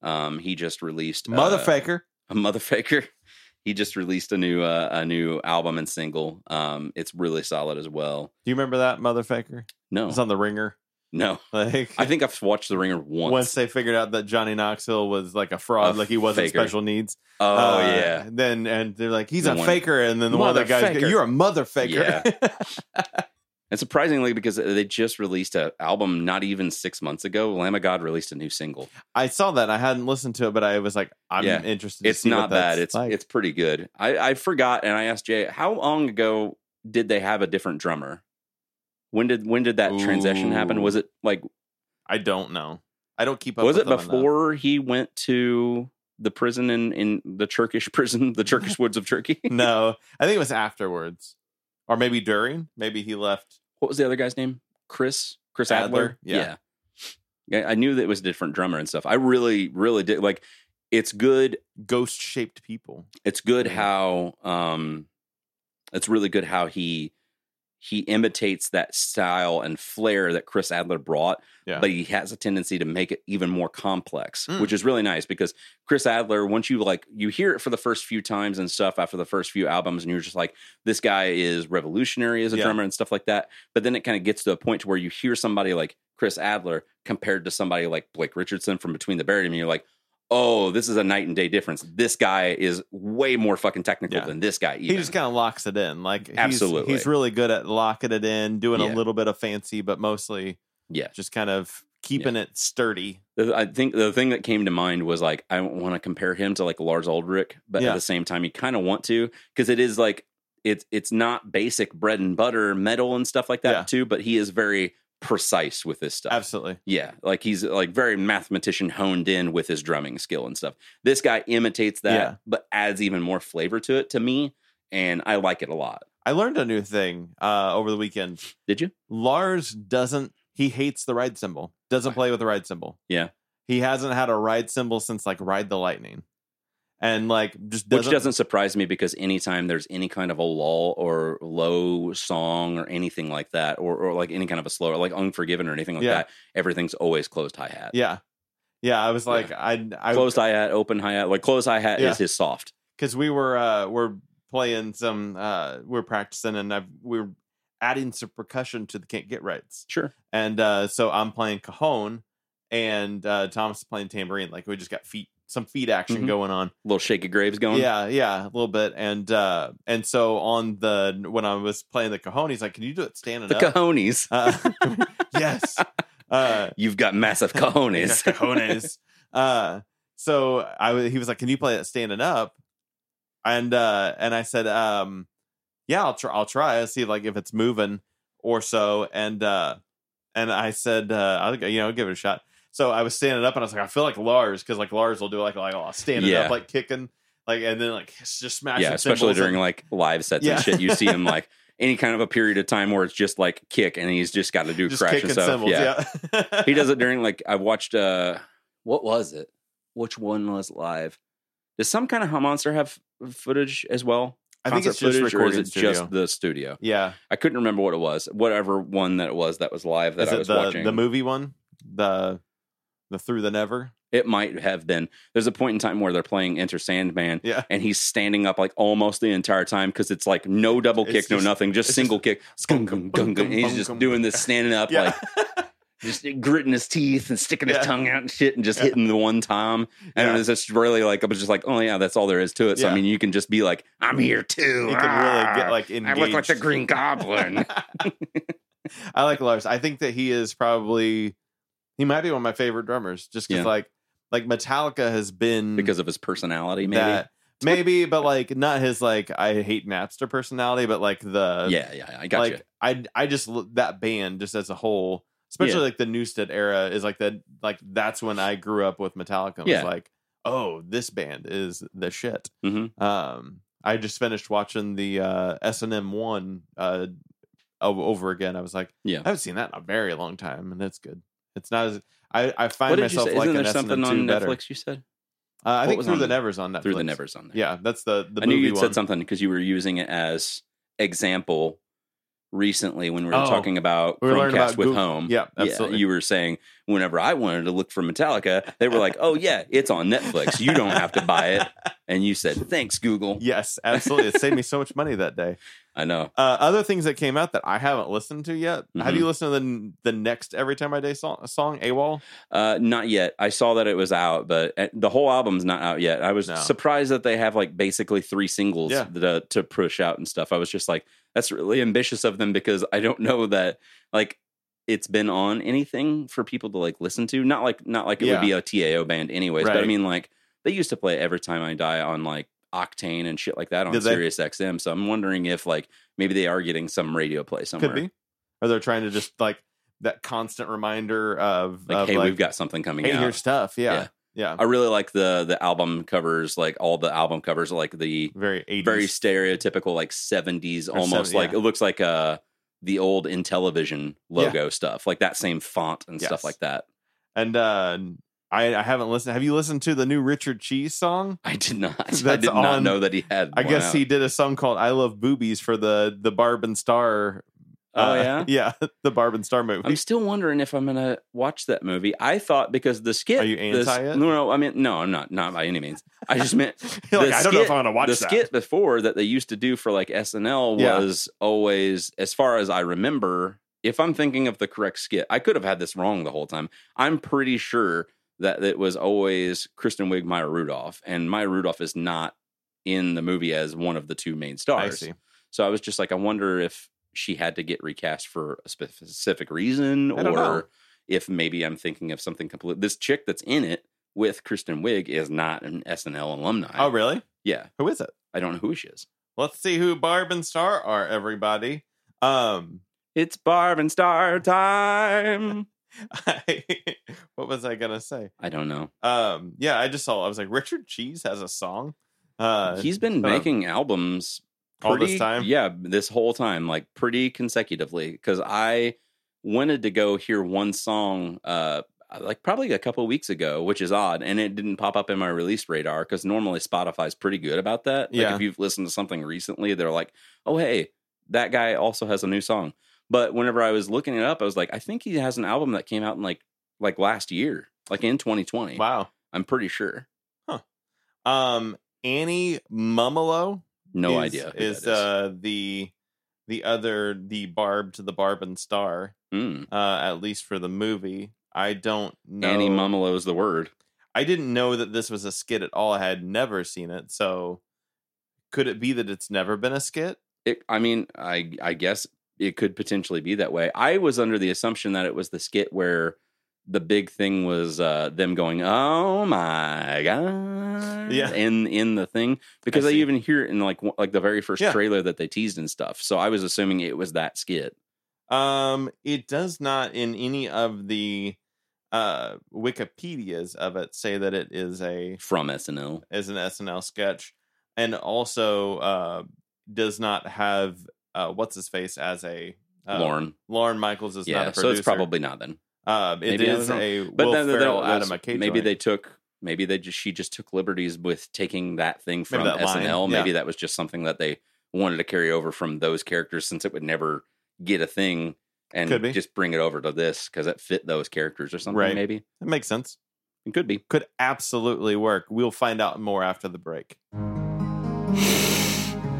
[SPEAKER 2] Um, he just released uh,
[SPEAKER 1] Motherfaker.
[SPEAKER 2] a motherfucker. He just released a new uh, a new album and single. Um, it's really solid as well.
[SPEAKER 1] Do you remember that Motherfaker?
[SPEAKER 2] No,
[SPEAKER 1] It's on the Ringer.
[SPEAKER 2] No,
[SPEAKER 1] Like
[SPEAKER 2] I think I've watched The Ringer once.
[SPEAKER 1] once. they figured out that Johnny Knoxville was like a fraud,
[SPEAKER 2] A
[SPEAKER 1] like he wasn't
[SPEAKER 2] faker.
[SPEAKER 1] special needs.
[SPEAKER 2] oh
[SPEAKER 1] Uh,
[SPEAKER 2] yeah,
[SPEAKER 1] Then and they're like, he's
[SPEAKER 2] The
[SPEAKER 1] a
[SPEAKER 2] one-
[SPEAKER 1] faker, and then the one other guy's
[SPEAKER 2] Motherfaker.
[SPEAKER 1] you're a mother faker.
[SPEAKER 2] and surprisingly, because they just released an album not even six months ago, Lamb of God released a new single.
[SPEAKER 1] I saw that. I hadn't listened to it, but I was like, I'm
[SPEAKER 2] Yeah.
[SPEAKER 1] interested. To
[SPEAKER 2] It's
[SPEAKER 1] see what
[SPEAKER 2] not bad.
[SPEAKER 1] that's
[SPEAKER 2] It's
[SPEAKER 1] like.
[SPEAKER 2] it's pretty good. I, I forgot, and I asked Jay how long ago did they have a different drummer? When did when did that transition happen?
[SPEAKER 1] Ooh.
[SPEAKER 2] Was it like
[SPEAKER 1] I don't know. I don't keep up.
[SPEAKER 2] was
[SPEAKER 1] with
[SPEAKER 2] it
[SPEAKER 1] them enough.
[SPEAKER 2] before he went to the prison in, in the Turkish prison, the Turkish woods of Turkey?
[SPEAKER 1] No, I think it was afterwards, or maybe during. Maybe he left.
[SPEAKER 2] what was the other guy's name? Chris? Chris Adler?
[SPEAKER 1] Adler, yeah.
[SPEAKER 2] yeah. Yeah, I knew that it was a different drummer and stuff. I really, really did like it's good.
[SPEAKER 1] Ghost shaped people.
[SPEAKER 2] It's good
[SPEAKER 1] Yeah.
[SPEAKER 2] how um it's really good how he he imitates that style and flair that Chris Adler brought,
[SPEAKER 1] Yeah.
[SPEAKER 2] but he has a tendency to make it even more complex,
[SPEAKER 1] Mm.
[SPEAKER 2] which is really nice because Chris Adler, once you like you hear it for the first few times and stuff after the first few albums, and you're just like, this guy is revolutionary as a
[SPEAKER 1] Yeah.
[SPEAKER 2] drummer and stuff like that. But then it kind of gets to a point to where you hear somebody like Chris Adler compared to somebody like Blake Richardson from Between the Buried, and Me, you're like, oh, this is a night and day difference. This guy is way more fucking technical
[SPEAKER 1] Yeah.
[SPEAKER 2] than this guy.
[SPEAKER 1] He
[SPEAKER 2] Even.
[SPEAKER 1] just kind of locks it in. Like he's-
[SPEAKER 2] Absolutely.
[SPEAKER 1] he's, really good at locking it in, doing
[SPEAKER 2] Yeah.
[SPEAKER 1] a little bit of fancy, but mostly
[SPEAKER 2] Yeah.
[SPEAKER 1] just kind of keeping it sturdy.
[SPEAKER 2] The- I think the thing that came to mind was like I don't want to compare him to like Lars Ulrich, but at
[SPEAKER 1] Yeah.
[SPEAKER 2] the same time you kind of want to because it is like it's it's not basic bread and butter metal and stuff like that
[SPEAKER 1] Yeah.
[SPEAKER 2] too, but he is very precise with this stuff.
[SPEAKER 1] Absolutely.
[SPEAKER 2] Yeah, like he's like very mathematician honed in with his drumming skill and stuff. This guy imitates that
[SPEAKER 1] Yeah.
[SPEAKER 2] but adds even more flavor to it to me and I like it a lot.
[SPEAKER 1] I learned a new thing uh, over the weekend.
[SPEAKER 2] Did you?
[SPEAKER 1] Lars doesn't. He hates the ride symbol. Doesn't play with the ride symbol.
[SPEAKER 2] Yeah.
[SPEAKER 1] He hasn't had a ride symbol since like Ride the Lightning, and like just doesn't.
[SPEAKER 2] Which doesn't surprise me because anytime there's any kind of a lull or low song or anything like that, or, or like any kind of a slower, like Unforgiven or anything like
[SPEAKER 1] Yeah.
[SPEAKER 2] that, everything's always closed hi hat.
[SPEAKER 1] yeah, yeah. I was like, I, I
[SPEAKER 2] Closed hi hat, open hi hat. Like closed hi hat
[SPEAKER 1] Yeah.
[SPEAKER 2] is his soft.
[SPEAKER 1] because we were uh we're playing some uh we're practicing and I've we're adding some percussion to the can't get rights
[SPEAKER 2] Sure.
[SPEAKER 1] and uh so I'm playing cajon and uh Thomas is playing tambourine like we just got feet some feet action
[SPEAKER 2] Mhm.
[SPEAKER 1] going on
[SPEAKER 2] Little shake of graves going.
[SPEAKER 1] yeah yeah a little bit and uh and so on the when I was playing the cajon he's like can you do it standing
[SPEAKER 2] The
[SPEAKER 1] up
[SPEAKER 2] cojones.
[SPEAKER 1] uh, yes uh
[SPEAKER 2] You've got massive cojones.
[SPEAKER 1] Yeah, cojones. uh, so I wa- he was like, "Can you play it standing up?" And uh, and I said, um, "Yeah, I'll try. I'll try. I'll see like if it's moving or so." And uh, and I said, uh, "I'll g- you know give it a shot." So I was standing up, and I was like, "I feel like Lars because like Lars will do like like oh, standing
[SPEAKER 2] Yeah.
[SPEAKER 1] up like kicking like and then like just smashing
[SPEAKER 2] yeah, especially
[SPEAKER 1] cymbals
[SPEAKER 2] during
[SPEAKER 1] and-
[SPEAKER 2] like live sets
[SPEAKER 1] Yeah.
[SPEAKER 2] and shit. You see him like any kind of a period of time where it's just like kick and he's just got to do
[SPEAKER 1] just
[SPEAKER 2] crash
[SPEAKER 1] kicking
[SPEAKER 2] and stuff.
[SPEAKER 1] cymbals." Yeah,
[SPEAKER 2] he does it during like I watched uh what was it? Which one was live? Does some kind of Hot monster have footage as well?
[SPEAKER 1] I think it's
[SPEAKER 2] Concert
[SPEAKER 1] just
[SPEAKER 2] or is
[SPEAKER 1] recorded
[SPEAKER 2] it
[SPEAKER 1] studio.
[SPEAKER 2] just the studio?
[SPEAKER 1] yeah.
[SPEAKER 2] I couldn't remember what it was. Whatever one that it was that was live that
[SPEAKER 1] Is
[SPEAKER 2] I
[SPEAKER 1] it
[SPEAKER 2] was
[SPEAKER 1] the
[SPEAKER 2] watching.
[SPEAKER 1] the movie one? The the through the never.
[SPEAKER 2] it might have been. There's a point in time where they're playing Enter Sandman
[SPEAKER 1] Yeah.
[SPEAKER 2] and he's standing up like almost the entire time because it's like no double
[SPEAKER 1] It's
[SPEAKER 2] kick, no
[SPEAKER 1] just-
[SPEAKER 2] nothing, just
[SPEAKER 1] it's
[SPEAKER 2] single kick. Skum,
[SPEAKER 1] bum,
[SPEAKER 2] gum, gum, gum. And
[SPEAKER 1] gum,
[SPEAKER 2] he's
[SPEAKER 1] bum,
[SPEAKER 2] just
[SPEAKER 1] gum.
[SPEAKER 2] doing this standing up like just gritting his teeth and sticking
[SPEAKER 1] Yeah.
[SPEAKER 2] his tongue out and shit and just
[SPEAKER 1] Yeah.
[SPEAKER 2] hitting the one time. And
[SPEAKER 1] Yeah.
[SPEAKER 2] it was just really like, I was just like, oh yeah, that's all there is to it. So, I
[SPEAKER 1] Yeah.
[SPEAKER 2] mean, you can just be like, I'm here too.
[SPEAKER 1] you can really get
[SPEAKER 2] Ah,
[SPEAKER 1] like engaged.
[SPEAKER 2] I look like the Green Goblin.
[SPEAKER 1] I like Lars. I think that he is probably he might be one of my favorite drummers, just because
[SPEAKER 2] Yeah.
[SPEAKER 1] like like Metallica has been
[SPEAKER 2] because of his personality, maybe.
[SPEAKER 1] that maybe, but like not his like I hate Napster personality, but like the
[SPEAKER 2] yeah, yeah, I got
[SPEAKER 1] uh, like
[SPEAKER 2] you.
[SPEAKER 1] I I just l- that band just as a whole, especially
[SPEAKER 2] Yeah.
[SPEAKER 1] like the Newstead era is like that like that's when I grew up with Metallica. It
[SPEAKER 2] Yeah.
[SPEAKER 1] was like oh this band is the shit.
[SPEAKER 2] Mhm.
[SPEAKER 1] Um, I just finished watching the uh, S and M one uh o- over again. I was like
[SPEAKER 2] Yeah.
[SPEAKER 1] I haven't seen that in a very long time, and that's good. It's not as I I find
[SPEAKER 2] What did you
[SPEAKER 1] myself
[SPEAKER 2] say?
[SPEAKER 1] like
[SPEAKER 2] Isn't
[SPEAKER 1] an
[SPEAKER 2] there
[SPEAKER 1] S and M
[SPEAKER 2] something
[SPEAKER 1] two
[SPEAKER 2] on
[SPEAKER 1] better. Uh,
[SPEAKER 2] Netflix you said?
[SPEAKER 1] I
[SPEAKER 2] What
[SPEAKER 1] think
[SPEAKER 2] was
[SPEAKER 1] through
[SPEAKER 2] on
[SPEAKER 1] the Nevers on Netflix.
[SPEAKER 2] Through the Nevers on there.
[SPEAKER 1] Yeah, that's the the
[SPEAKER 2] I knew
[SPEAKER 1] movie
[SPEAKER 2] you'd
[SPEAKER 1] one.
[SPEAKER 2] said something because you were using it as example recently when we were
[SPEAKER 1] Oh.
[SPEAKER 2] talking about
[SPEAKER 1] We were
[SPEAKER 2] Chromecast
[SPEAKER 1] Oh. learning about
[SPEAKER 2] with
[SPEAKER 1] Goog-
[SPEAKER 2] home.
[SPEAKER 1] Yeah, absolutely.
[SPEAKER 2] you were saying whenever I wanted to look for Metallica, they were like, "Oh yeah, it's on Netflix. You don't have to buy it." And you said, "Thanks, Google."
[SPEAKER 1] Yes, absolutely. It saved me so much money that day.
[SPEAKER 2] I know.
[SPEAKER 1] Uh, other things that came out that I haven't listened to yet. Have
[SPEAKER 2] Mhm.
[SPEAKER 1] you listened to the the next Every Time I Day song, song AWOL?
[SPEAKER 2] Uh, not yet. I saw that it was out, but uh, the whole album's not out yet. I was
[SPEAKER 1] No.
[SPEAKER 2] surprised that they have like basically three singles
[SPEAKER 1] Yeah.
[SPEAKER 2] to, to push out and stuff. I was just like, that's really ambitious of them because I don't know that like it's been on anything for people to like listen to. Not like not like it
[SPEAKER 1] Yeah.
[SPEAKER 2] would be a TAO band anyways, but I
[SPEAKER 1] Right.
[SPEAKER 2] mean like they used to play Every Time I Die on like Octane and shit like that on
[SPEAKER 1] Did they?
[SPEAKER 2] Sirius XM. So I'm wondering if like maybe they are getting some radio play somewhere.
[SPEAKER 1] Could be. Or they're trying to just like that constant reminder of
[SPEAKER 2] Like,
[SPEAKER 1] of,
[SPEAKER 2] hey, we've got something coming
[SPEAKER 1] hey,
[SPEAKER 2] out.
[SPEAKER 1] here's stuff. Yeah,
[SPEAKER 2] Yeah.
[SPEAKER 1] yeah,
[SPEAKER 2] I really like the the album covers, like all the album covers, are, like the
[SPEAKER 1] very 80s.
[SPEAKER 2] very stereotypical like seventies,
[SPEAKER 1] Or
[SPEAKER 2] almost
[SPEAKER 1] seven-
[SPEAKER 2] like
[SPEAKER 1] yeah.
[SPEAKER 2] it looks like uh the old Intellivision logo stuff, like that same font and
[SPEAKER 1] Yes.
[SPEAKER 2] stuff like that.
[SPEAKER 1] and uh, I I haven't listened. Have you listened to the new Richard Cheese song?
[SPEAKER 2] I did not, I
[SPEAKER 1] That's
[SPEAKER 2] did not
[SPEAKER 1] on-
[SPEAKER 2] know that he had.
[SPEAKER 1] I
[SPEAKER 2] one
[SPEAKER 1] guess
[SPEAKER 2] out.
[SPEAKER 1] he did a song called "I Love Boobies" for the the Barb and Star.
[SPEAKER 2] Oh
[SPEAKER 1] uh,
[SPEAKER 2] yeah.
[SPEAKER 1] yeah, the Barb and Star movie.
[SPEAKER 2] I'm still wondering if I'm gonna watch that movie. I thought because the skit.
[SPEAKER 1] Are you
[SPEAKER 2] the s-
[SPEAKER 1] anti it?
[SPEAKER 2] No, no. I mean, no. I'm not. Not by any means. I just meant
[SPEAKER 1] You're like,
[SPEAKER 2] the
[SPEAKER 1] I don't know if
[SPEAKER 2] skit-
[SPEAKER 1] I'm gonna watch
[SPEAKER 2] the
[SPEAKER 1] that.
[SPEAKER 2] skit before that they used to do for like SNL
[SPEAKER 1] Yeah.
[SPEAKER 2] was always, as far as I remember, if I'm thinking of the correct skit, I could have had this wrong the whole time. I'm pretty sure that it was always Kristen Wiig, Maya Rudolph, and Maya Rudolph is not in the movie as one of the two main
[SPEAKER 1] I
[SPEAKER 2] stars.
[SPEAKER 1] see.
[SPEAKER 2] So I was just like, I wonder if she had to get recast for a specific reason,
[SPEAKER 1] I
[SPEAKER 2] or
[SPEAKER 1] don't know.
[SPEAKER 2] if maybe I'm thinking of something complete. This chick that's in it with Kristen Wiig is not an SNL alumni.
[SPEAKER 1] Oh, really?
[SPEAKER 2] Yeah,
[SPEAKER 1] Who is it?
[SPEAKER 2] I don't know who she is.
[SPEAKER 1] Let's see who Barb and Star are, everybody. Um,
[SPEAKER 2] It's Barb and Star time.
[SPEAKER 1] I, what was I gonna say?
[SPEAKER 2] I don't know.
[SPEAKER 1] Um, yeah, I just saw. I was like, Richard Cheese has a song. Uh,
[SPEAKER 2] He's been
[SPEAKER 1] uh,
[SPEAKER 2] making albums
[SPEAKER 1] all this
[SPEAKER 2] pretty-
[SPEAKER 1] time?
[SPEAKER 2] Yeah, this whole time, like pretty consecutively. Because I wanted to go hear one song, uh, like probably a couple weeks ago, which is odd, and it didn't pop up in my release radar. Because normally Spotify's pretty good about that. Like
[SPEAKER 1] Yeah.
[SPEAKER 2] if you've listened to something recently, they're like, "Oh, hey, that guy also has a new song." But whenever I was looking it up, I was like, "I think he has an album that came out in like like last year, like in 2020."
[SPEAKER 1] wow.
[SPEAKER 2] I'm pretty sure.
[SPEAKER 1] Um, Annie Mumolo.
[SPEAKER 2] No
[SPEAKER 1] is,
[SPEAKER 2] idea. who
[SPEAKER 1] Is,
[SPEAKER 2] that
[SPEAKER 1] uh the the other the Barb to the Barb and Star?
[SPEAKER 2] Mm.
[SPEAKER 1] Uh, at least for the movie, I don't know.
[SPEAKER 2] Annie Mumolo is the word.
[SPEAKER 1] I didn't know that this was a skit at all. I had never seen it, so could it be that it's never been a skit?
[SPEAKER 2] it i mean i i guess it could potentially be that way i was under the assumption that it was the skit where the big thing was uh them going oh my god
[SPEAKER 1] Yeah.
[SPEAKER 2] in in the thing because i,
[SPEAKER 1] see.
[SPEAKER 2] even hear it in like one- like the very first
[SPEAKER 1] Yeah.
[SPEAKER 2] trailer that they teased and stuff so i was assuming it was that skit
[SPEAKER 1] Um, it does not in any of the uh Wikipedias of it say that it is a
[SPEAKER 2] from snl
[SPEAKER 1] as an SNL sketch, and also uh, does not have uh, what's his face as a uh,
[SPEAKER 2] lauren
[SPEAKER 1] Lauren Michaels is not
[SPEAKER 2] yeah
[SPEAKER 1] a producer.
[SPEAKER 2] so it's probably not then
[SPEAKER 1] uh, it
[SPEAKER 2] maybe I
[SPEAKER 1] is
[SPEAKER 2] was wrong.
[SPEAKER 1] a
[SPEAKER 2] but
[SPEAKER 1] Will
[SPEAKER 2] then there-
[SPEAKER 1] Ferrell,
[SPEAKER 2] there's-
[SPEAKER 1] Adam McKay.
[SPEAKER 2] maybe
[SPEAKER 1] joint.
[SPEAKER 2] they took maybe they just she just took liberties with taking that thing from
[SPEAKER 1] that line,
[SPEAKER 2] SNL.
[SPEAKER 1] yeah.
[SPEAKER 2] Maybe that was just something that they wanted to carry over from those characters since it would never get a thing and
[SPEAKER 1] Could be.
[SPEAKER 2] just bring it over to this because it fit those characters or something.
[SPEAKER 1] Right.
[SPEAKER 2] Maybe
[SPEAKER 1] That makes sense.
[SPEAKER 2] it could be.
[SPEAKER 1] Could absolutely work. We'll find out more after the break.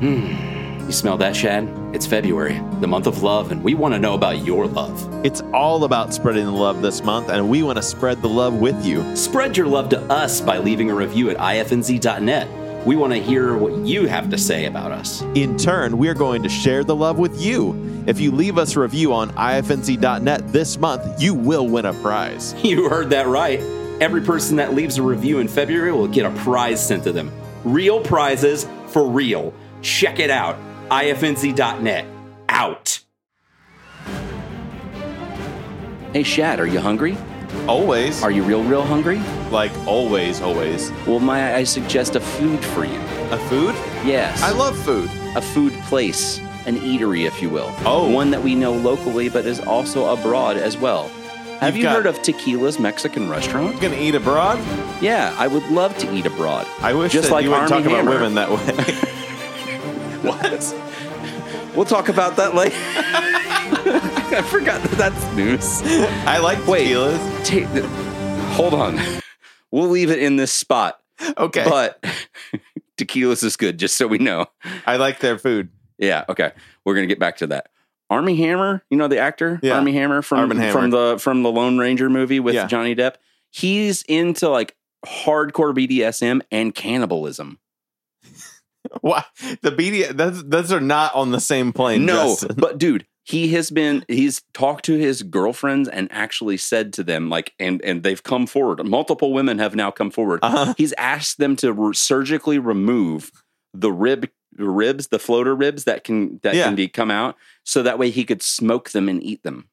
[SPEAKER 3] You smell that, Shad? It's February, the month of love, and we want to know about your love.
[SPEAKER 1] It's all about spreading the love this month, and we want to spread the love with you.
[SPEAKER 3] Spread your love to us by leaving a review at ifnz.net. We want to hear what you have to say about us.
[SPEAKER 1] In turn, we're going to share the love with you. If you leave us a review on ifnc.net this month, you will win a prize.
[SPEAKER 3] You heard that right. Every person that leaves a review in February will get a prize sent to them. Real prizes for real. Check it out. ifnz.net. Out.
[SPEAKER 2] Hey Shad, are you hungry?
[SPEAKER 1] Always,
[SPEAKER 2] Are you real, real hungry?
[SPEAKER 1] like always, always.
[SPEAKER 2] Well, may I suggest a food for you?
[SPEAKER 1] A food?
[SPEAKER 2] Yes,
[SPEAKER 1] I love food.
[SPEAKER 2] a food place, an eatery, if you will.
[SPEAKER 1] Oh.
[SPEAKER 2] one that we know locally, but is also abroad as well. Have
[SPEAKER 1] You've
[SPEAKER 2] you
[SPEAKER 1] got-
[SPEAKER 2] heard of Tequila's Mexican restaurant?
[SPEAKER 1] Gonna eat abroad?
[SPEAKER 2] Yeah, I would love to eat abroad.
[SPEAKER 1] I wish
[SPEAKER 2] Just
[SPEAKER 1] that
[SPEAKER 2] like
[SPEAKER 1] you wouldn't
[SPEAKER 2] Army
[SPEAKER 1] talk
[SPEAKER 2] Hammer.
[SPEAKER 1] about women that way. what?
[SPEAKER 2] We'll talk about that later. I forgot that that's news.
[SPEAKER 1] I like
[SPEAKER 2] Wait.
[SPEAKER 1] tequilas.
[SPEAKER 2] Take, hold on. We'll leave it in this spot,
[SPEAKER 1] Okay.
[SPEAKER 2] but tequilas is good, just so we know.
[SPEAKER 1] I like their food.
[SPEAKER 2] Yeah. Okay. We're gonna get back to that. Army Hammer, you know the actor
[SPEAKER 1] Yeah.
[SPEAKER 2] Army Hammer from
[SPEAKER 1] Armie Hammer.
[SPEAKER 2] from the from the Lone Ranger movie with
[SPEAKER 1] Yeah.
[SPEAKER 2] Johnny Depp. He's into like hardcore BDSM and cannibalism.
[SPEAKER 1] Why the BD? Those, those are not on the same plane.
[SPEAKER 2] no,
[SPEAKER 1] Justin.
[SPEAKER 2] but dude, he has been he's talked to his girlfriends and actually said to them like and and they've come forward. Multiple women have now come forward.
[SPEAKER 1] Uh-huh.
[SPEAKER 2] He's asked them to re- surgically remove the rib ribs, the floater ribs that can that
[SPEAKER 1] Yeah.
[SPEAKER 2] can be come out, so that way he could smoke them and eat them.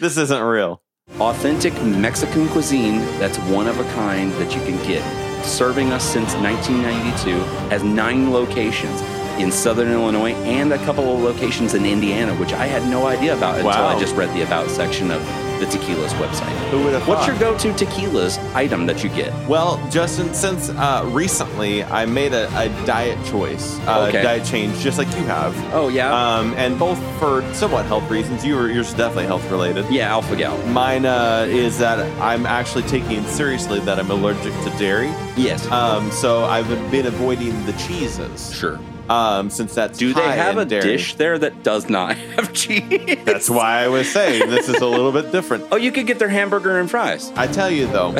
[SPEAKER 1] this isn't real.
[SPEAKER 2] Authentic Mexican cuisine that's one of a kind that you can get. Serving us since 1992, has nine locations in southern Illinois and a couple of locations in Indiana, which I had no idea about until
[SPEAKER 1] Wow.
[SPEAKER 2] I just read the About section of the Tequilas website.
[SPEAKER 1] Who would have?
[SPEAKER 2] What's
[SPEAKER 1] thought?
[SPEAKER 2] your go to tequilas item that you get?
[SPEAKER 1] Well, Justin, since uh, recently I made a, a diet choice, uh,
[SPEAKER 2] Okay.
[SPEAKER 1] diet change, just like you have,
[SPEAKER 2] Oh, yeah?
[SPEAKER 1] um, and both for somewhat health reasons. You were yours is definitely health related.
[SPEAKER 2] yeah, Alpha Gal.
[SPEAKER 1] Mine uh, is that I'm actually taking it seriously that I'm allergic to dairy,
[SPEAKER 2] Yes.
[SPEAKER 1] um, so I've been avoiding the cheeses
[SPEAKER 2] sure.
[SPEAKER 1] um, since that's
[SPEAKER 2] Do they
[SPEAKER 1] high
[SPEAKER 2] have
[SPEAKER 1] in
[SPEAKER 2] a
[SPEAKER 1] dairy.
[SPEAKER 2] dish there that does not have cheese?
[SPEAKER 1] That's why I was saying this is a little bit different.
[SPEAKER 2] Oh, you could get their hamburger and fries.
[SPEAKER 1] I tell you though,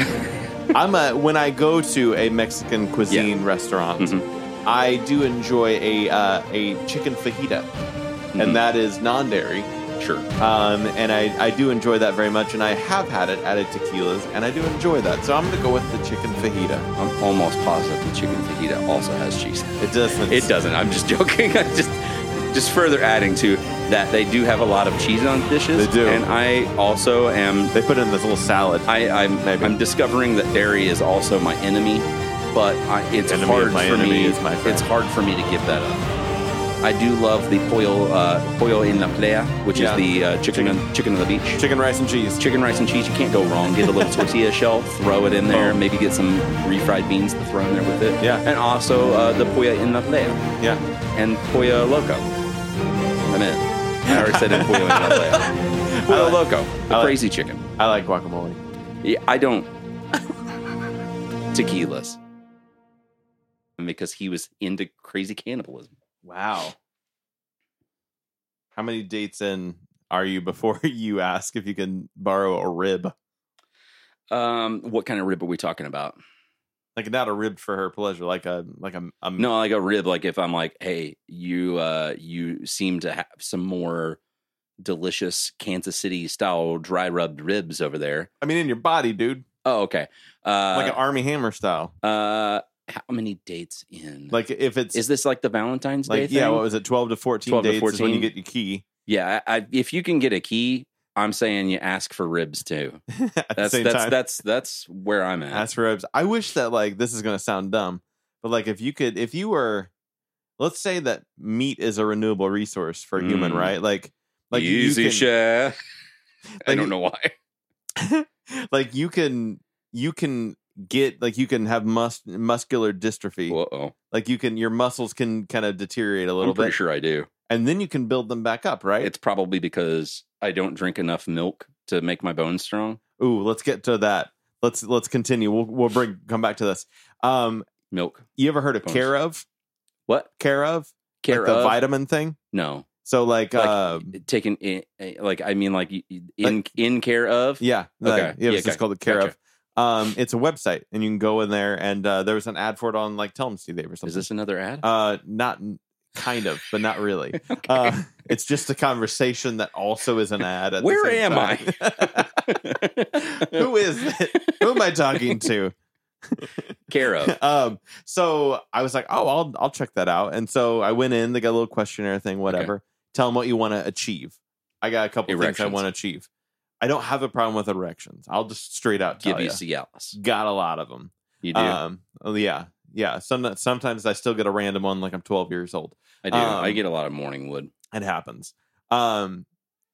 [SPEAKER 1] I'm a when I go to a Mexican cuisine restaurant,
[SPEAKER 2] Mhm.
[SPEAKER 1] I do enjoy a uh, a chicken fajita,
[SPEAKER 2] Mhm.
[SPEAKER 1] and that is non-dairy.
[SPEAKER 2] Sure.
[SPEAKER 1] Um, and I, I do enjoy that very much, and I have had it at a tequila's, and I do enjoy that. So I'm gonna go with the chicken fajita.
[SPEAKER 2] I'm almost positive the chicken fajita also has cheese.
[SPEAKER 1] It doesn't.
[SPEAKER 2] It doesn't. I'm just joking. I just just further adding to that they do have a lot of cheese on dishes.
[SPEAKER 1] They do.
[SPEAKER 2] And I also am
[SPEAKER 1] They put it in this little salad.
[SPEAKER 2] I, I'm
[SPEAKER 1] Maybe.
[SPEAKER 2] I'm discovering that dairy is also my enemy, but I, it's
[SPEAKER 1] Enemy
[SPEAKER 2] hard
[SPEAKER 1] of my
[SPEAKER 2] for
[SPEAKER 1] enemy
[SPEAKER 2] me.
[SPEAKER 1] is my friend.
[SPEAKER 2] It's hard for me to give that up. I do love the pollo uh, pollo en la playa, which
[SPEAKER 1] Yeah.
[SPEAKER 2] is the uh, chicken chicken. chicken on the beach.
[SPEAKER 1] chicken rice and cheese.
[SPEAKER 2] Chicken rice and cheese, you can't go wrong. Get a little tortilla shell, throw it in there,
[SPEAKER 1] Boom.
[SPEAKER 2] maybe get some refried beans to throw in there with it.
[SPEAKER 1] Yeah.
[SPEAKER 2] And also uh, the polla en la playa
[SPEAKER 1] Yeah.
[SPEAKER 2] and polla loco. I'm in. I already said polla en la playa. Polla
[SPEAKER 1] like-
[SPEAKER 2] loco, the
[SPEAKER 1] I like-
[SPEAKER 2] crazy chicken.
[SPEAKER 1] I like guacamole.
[SPEAKER 2] Yeah, I don't. Tequilas. Because he was into crazy cannibalism.
[SPEAKER 1] Wow. How many dates in are you before you ask if you can borrow a rib?
[SPEAKER 2] Um, what kind of rib are we talking about?
[SPEAKER 1] like not a rib for her pleasure, like a like a, a
[SPEAKER 2] No, like a rib. Like if I'm like, hey, you uh you seem to have some more delicious Kansas City style dry rubbed ribs over there.
[SPEAKER 1] I mean in your body, dude,
[SPEAKER 2] Oh, okay.
[SPEAKER 1] like an
[SPEAKER 2] Uh,
[SPEAKER 1] army hammer style.
[SPEAKER 2] uh, how many dates in?
[SPEAKER 1] Like if it's
[SPEAKER 2] is this like the Valentine's Day
[SPEAKER 1] like
[SPEAKER 2] thing?
[SPEAKER 1] yeah, what was it, twelve to fourteen
[SPEAKER 2] 12 to
[SPEAKER 1] dates is when you
[SPEAKER 2] 14.
[SPEAKER 1] get your key
[SPEAKER 2] yeah. I, I, if you can get a key, I'm saying you ask for ribs too.
[SPEAKER 1] at the
[SPEAKER 2] That's
[SPEAKER 1] same
[SPEAKER 2] that's
[SPEAKER 1] time.
[SPEAKER 2] that's that's where I'm at.
[SPEAKER 1] Ask for ribs. I wish that like this is gonna sound dumb, but like if you could, if you were, let's say that meat is a renewable resource for a human,
[SPEAKER 2] Mm.
[SPEAKER 1] right? Like like you
[SPEAKER 2] easy
[SPEAKER 1] can-
[SPEAKER 2] share. I
[SPEAKER 1] like-
[SPEAKER 2] don't know why.
[SPEAKER 1] like you can you can get like you can have mus- muscular dystrophy
[SPEAKER 2] Uh-oh.
[SPEAKER 1] like you can your muscles can kind of deteriorate a little
[SPEAKER 2] I'm pretty
[SPEAKER 1] bit
[SPEAKER 2] sure I do.
[SPEAKER 1] and then you can build them back up right
[SPEAKER 2] It's probably because I don't drink enough milk to make my bones strong.
[SPEAKER 1] Ooh, let's get to that. Let's let's continue. We'll we'll bring come back to this. Um,
[SPEAKER 2] Milk.
[SPEAKER 1] you ever heard of
[SPEAKER 2] Bonus.
[SPEAKER 1] care of
[SPEAKER 2] What?
[SPEAKER 1] care of
[SPEAKER 2] Care
[SPEAKER 1] like the
[SPEAKER 2] of?
[SPEAKER 1] vitamin thing?
[SPEAKER 2] no.
[SPEAKER 1] So like,
[SPEAKER 2] Like,
[SPEAKER 1] uh,
[SPEAKER 2] Taken in, eh, like I mean like y- y- in in care of.
[SPEAKER 1] yeah, like,
[SPEAKER 2] okay.
[SPEAKER 1] yeah,
[SPEAKER 2] Yeah,
[SPEAKER 1] it's just
[SPEAKER 2] okay.
[SPEAKER 1] called the care
[SPEAKER 2] Gotcha.
[SPEAKER 1] of. Um, it's a website, and you can go in there, and uh, there was an ad for it on like Tell Them Steve Dave or something.
[SPEAKER 2] Is this another ad?
[SPEAKER 1] uh, not kind of, but not really. uh, it's just a conversation that also is an ad. At the
[SPEAKER 2] Where
[SPEAKER 1] same
[SPEAKER 2] am
[SPEAKER 1] time. Who is it? Who am I talking to?
[SPEAKER 2] care of?
[SPEAKER 1] um so i was like oh i'll i'll check that out and so i went in they got a little questionnaire thing whatever tell them what you want to achieve i got a couple things i
[SPEAKER 2] Erections.
[SPEAKER 1] want to achieve i don't have a problem with erections i'll just straight out tell
[SPEAKER 2] Give you
[SPEAKER 1] you
[SPEAKER 2] Cialis.
[SPEAKER 1] got a lot of them
[SPEAKER 2] You do.
[SPEAKER 1] um oh, yeah yeah some, sometimes i still get a random one like i'm 12 years old
[SPEAKER 2] I do. I
[SPEAKER 1] um,
[SPEAKER 2] get a lot of morning wood.
[SPEAKER 1] it happens um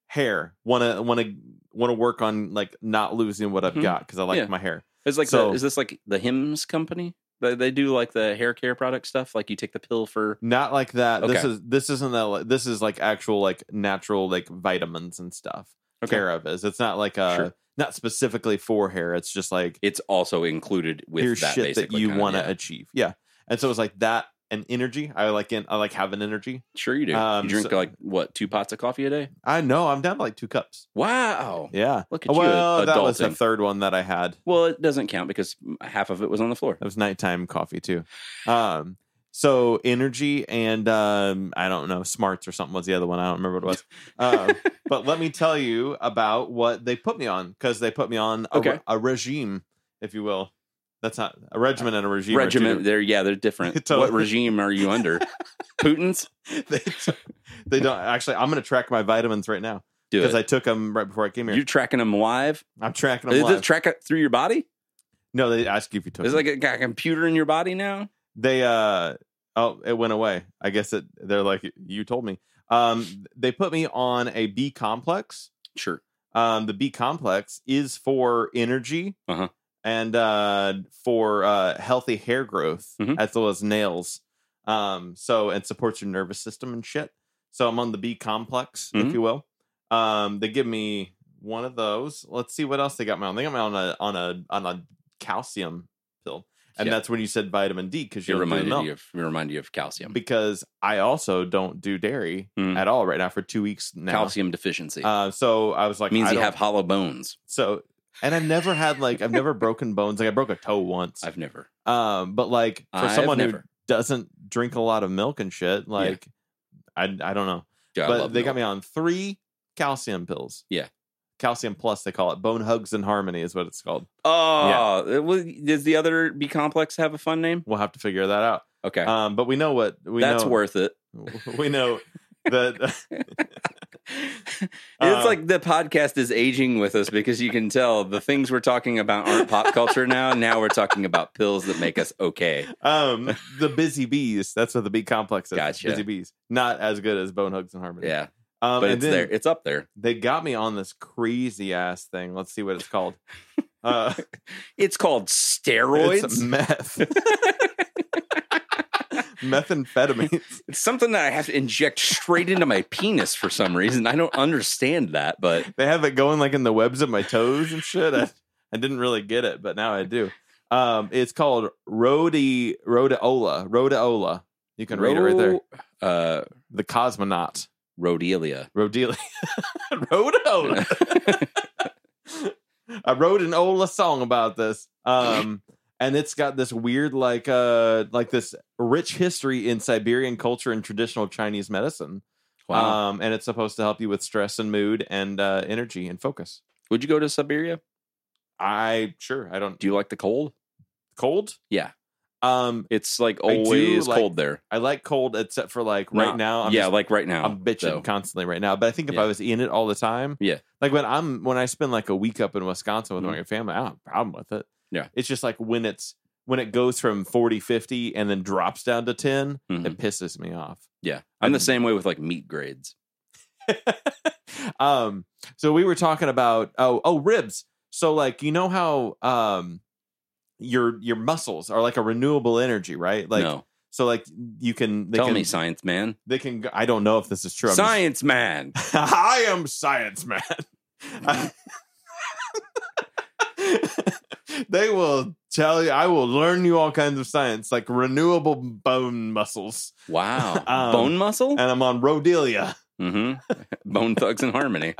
[SPEAKER 1] hair want to want to want to work on like not losing what i've
[SPEAKER 2] Mhm.
[SPEAKER 1] got because i like
[SPEAKER 2] Yeah.
[SPEAKER 1] my hair
[SPEAKER 2] It's like the-
[SPEAKER 1] so-
[SPEAKER 2] is this like the hymns company? They, they do like the hair care product stuff. Like you take the pill for.
[SPEAKER 1] Not like that. This
[SPEAKER 2] Okay.
[SPEAKER 1] is this isn't that. li- This is like actual like natural like vitamins and stuff.
[SPEAKER 2] Okay.
[SPEAKER 1] Care of is. It's not like uh
[SPEAKER 2] Sure.
[SPEAKER 1] not specifically for hair. It's just like
[SPEAKER 2] It's also included with
[SPEAKER 1] here's
[SPEAKER 2] that
[SPEAKER 1] shit that
[SPEAKER 2] basically
[SPEAKER 1] you
[SPEAKER 2] kinda,
[SPEAKER 1] want to
[SPEAKER 2] yeah.
[SPEAKER 1] achieve. Yeah, and so it's like that and energy. I like in I like having energy.
[SPEAKER 2] Sure, you do.
[SPEAKER 1] Um,
[SPEAKER 2] you drink
[SPEAKER 1] so-
[SPEAKER 2] like what two pots of coffee a day?
[SPEAKER 1] I know I'm down to like two cups.
[SPEAKER 2] Wow.
[SPEAKER 1] Yeah.
[SPEAKER 2] Look at
[SPEAKER 1] Well,
[SPEAKER 2] you,
[SPEAKER 1] that was the
[SPEAKER 2] adulting.
[SPEAKER 1] third one that I had.
[SPEAKER 2] well, it doesn't count because half of it was on the floor.
[SPEAKER 1] That was nighttime coffee too. Um, so energy and um, I don't know smarts or something was the other one. I don't remember what it was. Um, but let me tell you about what they put me on because they put me on a,
[SPEAKER 2] Okay.
[SPEAKER 1] a regime, if you will. That's not a regiment and a regime. are two
[SPEAKER 2] Regiment, they're yeah, they're different.
[SPEAKER 1] Totally.
[SPEAKER 2] What regime are you under? Putin's.
[SPEAKER 1] different- they, they don't actually. I'm going to track my vitamins right now
[SPEAKER 2] Do
[SPEAKER 1] because
[SPEAKER 2] it.
[SPEAKER 1] I took them right before I came here.
[SPEAKER 2] You're tracking them live.
[SPEAKER 1] I'm tracking them.
[SPEAKER 2] Does
[SPEAKER 1] Live.
[SPEAKER 2] it track it through your body?
[SPEAKER 1] no, they ask you if you took.
[SPEAKER 2] Is it
[SPEAKER 1] them.
[SPEAKER 2] like a, got a computer in your body now?
[SPEAKER 1] they uh oh it went away i guess it they're like you told me um they put me on a b complex
[SPEAKER 2] Sure.
[SPEAKER 1] um the b complex is for energy
[SPEAKER 2] Uh-huh.
[SPEAKER 1] and uh for uh healthy hair growth
[SPEAKER 2] Mhm.
[SPEAKER 1] as well as nails um so it supports your nervous system and shit so i'm on the b complex if
[SPEAKER 2] Mhm.
[SPEAKER 1] you will um they give me one of those let's see what else they got me on they got me on a on a on a calcium pill and
[SPEAKER 2] Yeah.
[SPEAKER 1] that's when you said vitamin d because
[SPEAKER 2] It
[SPEAKER 1] you're
[SPEAKER 2] reminded
[SPEAKER 1] milk
[SPEAKER 2] you of it reminded you of calcium.
[SPEAKER 1] because I also don't do dairy
[SPEAKER 2] Mm.
[SPEAKER 1] at all right now for two weeks now.
[SPEAKER 2] Calcium deficiency
[SPEAKER 1] Uh, so I was like,
[SPEAKER 2] means
[SPEAKER 1] I
[SPEAKER 2] you
[SPEAKER 1] don't-
[SPEAKER 2] have hollow bones.
[SPEAKER 1] so, and I've never had like I've never broken bones. Like I broke a toe once.
[SPEAKER 2] I've never.
[SPEAKER 1] um, but like for
[SPEAKER 2] I've
[SPEAKER 1] someone who
[SPEAKER 2] never.
[SPEAKER 1] doesn't drink a lot of milk and shit, like I I don't know.
[SPEAKER 2] Yeah, I
[SPEAKER 1] but
[SPEAKER 2] love
[SPEAKER 1] they got
[SPEAKER 2] milk.
[SPEAKER 1] me on three calcium pills.
[SPEAKER 2] Yeah.
[SPEAKER 1] Calcium Plus, they call it Bone Hugs and Harmony, is what it's called.
[SPEAKER 2] Oh, it was- does the other B complex have a fun name?
[SPEAKER 1] We'll have to figure that out.
[SPEAKER 2] Okay,
[SPEAKER 1] Um, but we know what we
[SPEAKER 2] that's
[SPEAKER 1] know.
[SPEAKER 2] worth it.
[SPEAKER 1] We know that
[SPEAKER 2] it's
[SPEAKER 1] Um,
[SPEAKER 2] like the podcast is aging with us because you can tell the things we're talking about aren't pop culture now. Now we're talking about pills that make us okay.
[SPEAKER 1] Um, the busy bees. That's what the bee complex is.
[SPEAKER 2] Gotcha.
[SPEAKER 1] Busy bees. Not as good as Bone Hugs and Harmony.
[SPEAKER 2] Yeah,
[SPEAKER 1] Um,
[SPEAKER 2] but
[SPEAKER 1] and
[SPEAKER 2] it's
[SPEAKER 1] then
[SPEAKER 2] there. It's up there.
[SPEAKER 1] They got me on this crazy ass thing. Let's see what it's called. Uh,
[SPEAKER 2] It's called steroids.
[SPEAKER 1] It's meth. Methamphetamines.
[SPEAKER 2] It's something that I have to inject straight into my penis for some reason. I don't understand that, but
[SPEAKER 1] They have it going like in the webs of my toes and shit. I, I didn't really get it, but now I do. Um, it's called Rhodi Rhodiola. Rhodiola. You can read it right there.
[SPEAKER 2] Ro- Uh,
[SPEAKER 1] The cosmonaut.
[SPEAKER 2] Rhodelia.
[SPEAKER 1] Rhodelia. Rhodola. I wrote an Ola song about this. Um, and it's got this weird, like, uh, like this rich history in Siberian culture and traditional Chinese medicine.
[SPEAKER 2] Wow.
[SPEAKER 1] Um, and it's supposed to help you with stress and mood and uh, energy and focus.
[SPEAKER 2] Would you go to Siberia?
[SPEAKER 1] I sure I don't
[SPEAKER 2] Do you like the cold?
[SPEAKER 1] cold.
[SPEAKER 2] Yeah.
[SPEAKER 1] Um,
[SPEAKER 2] It's like
[SPEAKER 1] I do
[SPEAKER 2] always
[SPEAKER 1] like-
[SPEAKER 2] cold there.
[SPEAKER 1] I like cold except for like right
[SPEAKER 2] Nah.
[SPEAKER 1] now. I'm
[SPEAKER 2] yeah,
[SPEAKER 1] just
[SPEAKER 2] like right now.
[SPEAKER 1] I'm bitching
[SPEAKER 2] though.
[SPEAKER 1] constantly right now. But I think if
[SPEAKER 2] Oh, Yeah.
[SPEAKER 1] I was in it all the time,
[SPEAKER 2] Yeah. Mm-hmm.
[SPEAKER 1] Like when I'm when I spend like a week up in Wisconsin with my family, I don't have a problem with it.
[SPEAKER 2] Yeah.
[SPEAKER 1] It's just like when it's when it goes from 40, 50 and then drops down to 10,
[SPEAKER 2] Mhm.
[SPEAKER 1] it pisses me off.
[SPEAKER 2] Yeah. I'm the same way with like meat grades.
[SPEAKER 1] um so we were talking about oh oh ribs. So like you know how um your your muscles are like a renewable energy, right? Like
[SPEAKER 2] no.
[SPEAKER 1] so like you can they
[SPEAKER 2] Tell
[SPEAKER 1] can
[SPEAKER 2] me, science man.
[SPEAKER 1] they can go- I don't know if this is true. I'm just-
[SPEAKER 2] Science man.
[SPEAKER 1] I am science man. they will tell you. I will learn you all kinds of science, like renewable bone muscles.
[SPEAKER 2] Wow.
[SPEAKER 1] Um,
[SPEAKER 2] Bone muscle?
[SPEAKER 1] And I'm on Rhodelia.
[SPEAKER 2] hmm Bone thugs and harmony.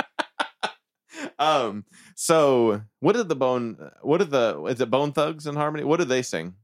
[SPEAKER 1] Um. So, what did the bone? What are the? Is it Bone Thugs and Harmony? What do they sing?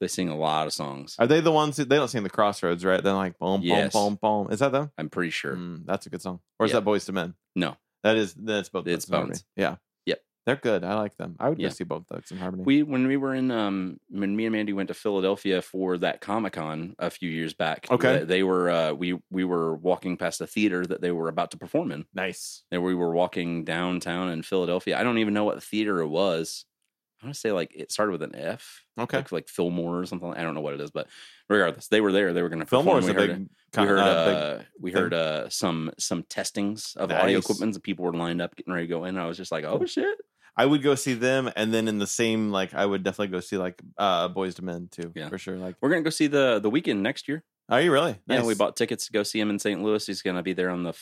[SPEAKER 2] They sing a lot of songs.
[SPEAKER 1] Are they the ones who they don't sing the Crossroads? Right? They're like boom, boom,
[SPEAKER 2] Yes.
[SPEAKER 1] boom, boom. Is that them?
[SPEAKER 2] I'm pretty sure.
[SPEAKER 1] Mm, that's a good song. Or is
[SPEAKER 2] Yeah.
[SPEAKER 1] that Boys to Men?
[SPEAKER 2] No.
[SPEAKER 1] That is that's both.
[SPEAKER 2] It's
[SPEAKER 1] Thugs and Harmony.
[SPEAKER 2] Bones.
[SPEAKER 1] Yeah.
[SPEAKER 2] Yep.
[SPEAKER 1] They're good. I like them. I would
[SPEAKER 2] Yeah.
[SPEAKER 1] go see both Thugs and Harmony.
[SPEAKER 2] We when we were in um when me and Mandy went to Philadelphia for that Comic Con a few years back.
[SPEAKER 1] Okay.
[SPEAKER 2] they, they were uh, we we were walking past a theater that they were about to perform in.
[SPEAKER 1] nice.
[SPEAKER 2] And we were walking downtown in Philadelphia. I don't even know what theater it was. I want to say like it started with an F,
[SPEAKER 1] Okay.
[SPEAKER 2] like, like Fillmore or something. I don't know what it is, but regardless, they were there. They were going to perform.
[SPEAKER 1] Fillmore's
[SPEAKER 2] we
[SPEAKER 1] a
[SPEAKER 2] heard
[SPEAKER 1] big.
[SPEAKER 2] it.
[SPEAKER 1] con-
[SPEAKER 2] we heard,
[SPEAKER 1] uh, big-
[SPEAKER 2] uh, we heard uh, some some testings of audio
[SPEAKER 1] Nice.
[SPEAKER 2] equipment, and people were lined up getting ready to go in. I was just like, oh shit!
[SPEAKER 1] I would go see them, and then in the same like I would definitely go see like uh Boys to Men too,
[SPEAKER 2] Yeah.
[SPEAKER 1] for sure. Like,
[SPEAKER 2] We're gonna go see the the weekend next year.
[SPEAKER 1] are you really?
[SPEAKER 2] Yeah, we
[SPEAKER 1] Nice.
[SPEAKER 2] bought tickets to go see him in St. Louis. He's gonna be there on the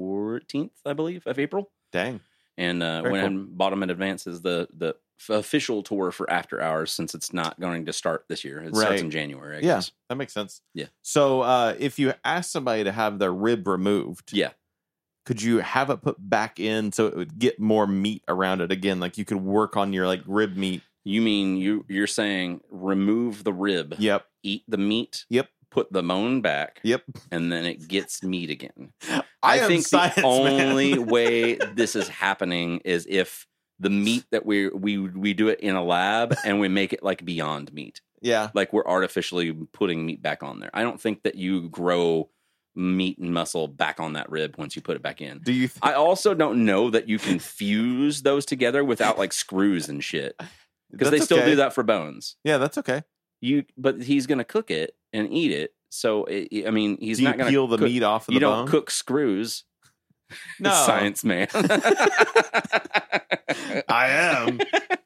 [SPEAKER 2] 14th, I believe, of April.
[SPEAKER 1] Dang,
[SPEAKER 2] and uh,
[SPEAKER 1] Very
[SPEAKER 2] went
[SPEAKER 1] cool.
[SPEAKER 2] ahead and bought them in advance as the the f- official tour for After Hours since it's not going to start this year. It starts
[SPEAKER 1] Right.
[SPEAKER 2] in January. I
[SPEAKER 1] Yeah.
[SPEAKER 2] guess.
[SPEAKER 1] that makes sense.
[SPEAKER 2] Yeah.
[SPEAKER 1] So uh if you ask somebody to have their rib removed,
[SPEAKER 2] Yeah.
[SPEAKER 1] could you have it put back in so it would get more meat around it again? Like you could work on your like rib meat.
[SPEAKER 2] You mean you you're saying remove the rib,
[SPEAKER 1] Yep.
[SPEAKER 2] eat the meat,
[SPEAKER 1] Yep.
[SPEAKER 2] put the bone back,
[SPEAKER 1] Yep.
[SPEAKER 2] and then it gets meat again.
[SPEAKER 1] I, am
[SPEAKER 2] think
[SPEAKER 1] science,
[SPEAKER 2] the
[SPEAKER 1] man.
[SPEAKER 2] only way this is happening is if the meat that we we we do it in a lab and we make it like beyond meat.
[SPEAKER 1] yeah.
[SPEAKER 2] like we're artificially putting meat back on there. I don't think that you grow meat and muscle back on that rib once you put it back in.
[SPEAKER 1] Do you think
[SPEAKER 2] I also don't know that you can fuse those together without like screws and shit because they
[SPEAKER 1] that's
[SPEAKER 2] still
[SPEAKER 1] okay.
[SPEAKER 2] do that for bones.
[SPEAKER 1] Yeah, that's okay.
[SPEAKER 2] You, but he's gonna cook it and eat it. So it, I mean, he's
[SPEAKER 1] Do you
[SPEAKER 2] not gonna
[SPEAKER 1] peel the
[SPEAKER 2] cook-
[SPEAKER 1] meat off of
[SPEAKER 2] You
[SPEAKER 1] the
[SPEAKER 2] don't
[SPEAKER 1] bone?
[SPEAKER 2] cook screws.
[SPEAKER 1] no.
[SPEAKER 2] science man.
[SPEAKER 1] I am.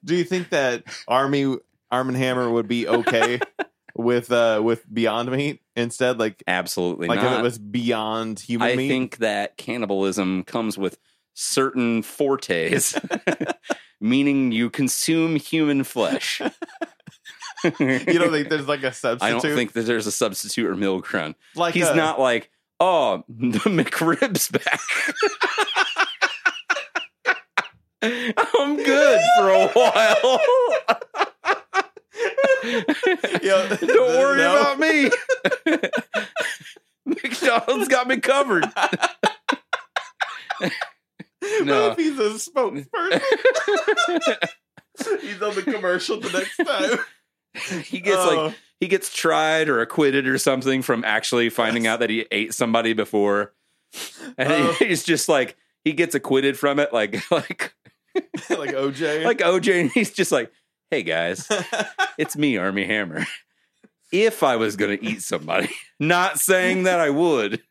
[SPEAKER 1] Do you think that Army Arm and Hammer would be okay with uh with Beyond Meat instead? Like
[SPEAKER 2] Absolutely
[SPEAKER 1] like
[SPEAKER 2] not.
[SPEAKER 1] if it was beyond human
[SPEAKER 2] I
[SPEAKER 1] meat?
[SPEAKER 2] think that cannibalism comes with certain fortes, meaning you consume human flesh. you
[SPEAKER 1] you don't think there's like a substitute?
[SPEAKER 2] I don't think that there's a substitute or milk run.
[SPEAKER 1] like uh,
[SPEAKER 2] He's
[SPEAKER 1] a-
[SPEAKER 2] not like, oh, the McRib's back. I'm good for a while.
[SPEAKER 1] Yo,
[SPEAKER 2] don't worry
[SPEAKER 1] no.
[SPEAKER 2] about me. McDonald's got me covered.
[SPEAKER 1] What
[SPEAKER 2] no.
[SPEAKER 1] if he's a spokesperson? he's on the commercial the next time.
[SPEAKER 2] he gets like
[SPEAKER 1] Oh,
[SPEAKER 2] he gets tried or acquitted or something from actually finding out that he ate somebody before, and
[SPEAKER 1] Oh.
[SPEAKER 2] he's just like he gets acquitted from it, like like
[SPEAKER 1] like OJ.
[SPEAKER 2] like OJ, and he's just like, "Hey guys, it's me, Army Hammer. If I was gonna eat somebody, not saying that I would."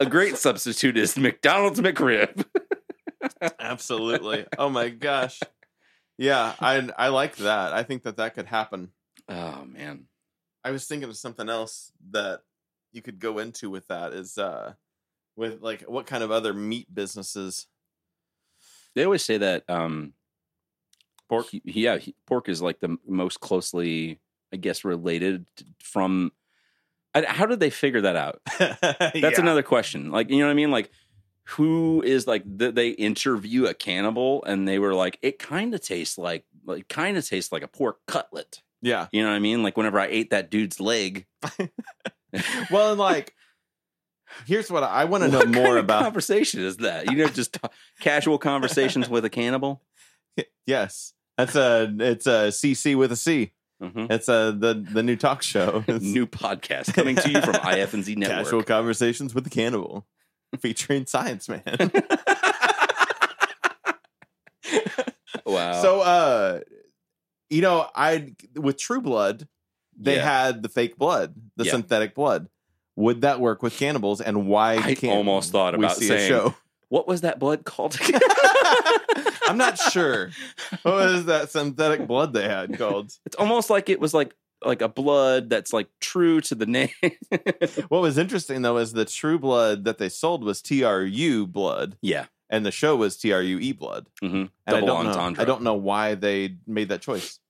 [SPEAKER 2] A great substitute is McDonald's McRib.
[SPEAKER 1] Absolutely. Oh my gosh. Yeah, I I like that. I think that that could happen.
[SPEAKER 2] Oh man,
[SPEAKER 1] I was thinking of something else that you could go into with that is uh with like what kind of other meat businesses
[SPEAKER 2] they always say that um,
[SPEAKER 1] pork
[SPEAKER 2] he- yeah, he, pork is like the m- most closely, I guess, related t- from. I, how did they figure that out?
[SPEAKER 1] that's
[SPEAKER 2] That's another question. Like, you know what I mean? Like, who is like th- they interview a cannibal and they were like, it kind of tastes like, like kind of tastes like a pork cutlet.
[SPEAKER 1] yeah
[SPEAKER 2] You know what I mean? Like whenever I ate that dude's leg,
[SPEAKER 1] well and like here's what i want to know
[SPEAKER 2] What kind
[SPEAKER 1] more
[SPEAKER 2] of
[SPEAKER 1] about
[SPEAKER 2] conversation is that? You know, just ta- casual conversations with a cannibal.
[SPEAKER 1] yes that's a it's a cc with a c
[SPEAKER 2] Mhm.
[SPEAKER 1] it's a the the new talk show It's
[SPEAKER 2] New podcast coming to you from IF and Z Network.
[SPEAKER 1] casual conversations with the cannibal featuring science man
[SPEAKER 2] Wow.
[SPEAKER 1] so uh you know i with true blood they
[SPEAKER 2] Yeah.
[SPEAKER 1] had the fake blood the
[SPEAKER 2] Yeah.
[SPEAKER 1] synthetic blood would that work with cannibals and why
[SPEAKER 2] I
[SPEAKER 1] can't
[SPEAKER 2] almost thought
[SPEAKER 1] we
[SPEAKER 2] about
[SPEAKER 1] see a
[SPEAKER 2] saying-
[SPEAKER 1] show
[SPEAKER 2] what was that blood called?
[SPEAKER 1] i'm not sure what was that synthetic blood they had called
[SPEAKER 2] It's almost like it was like like a blood that's like true to the name.
[SPEAKER 1] what was interesting though is the true blood that they sold was tru blood
[SPEAKER 2] yeah,
[SPEAKER 1] and the show was true E blood
[SPEAKER 2] Mhm.
[SPEAKER 1] and I
[SPEAKER 2] Double
[SPEAKER 1] don't, know,
[SPEAKER 2] entendre.
[SPEAKER 1] I don't know why they made that choice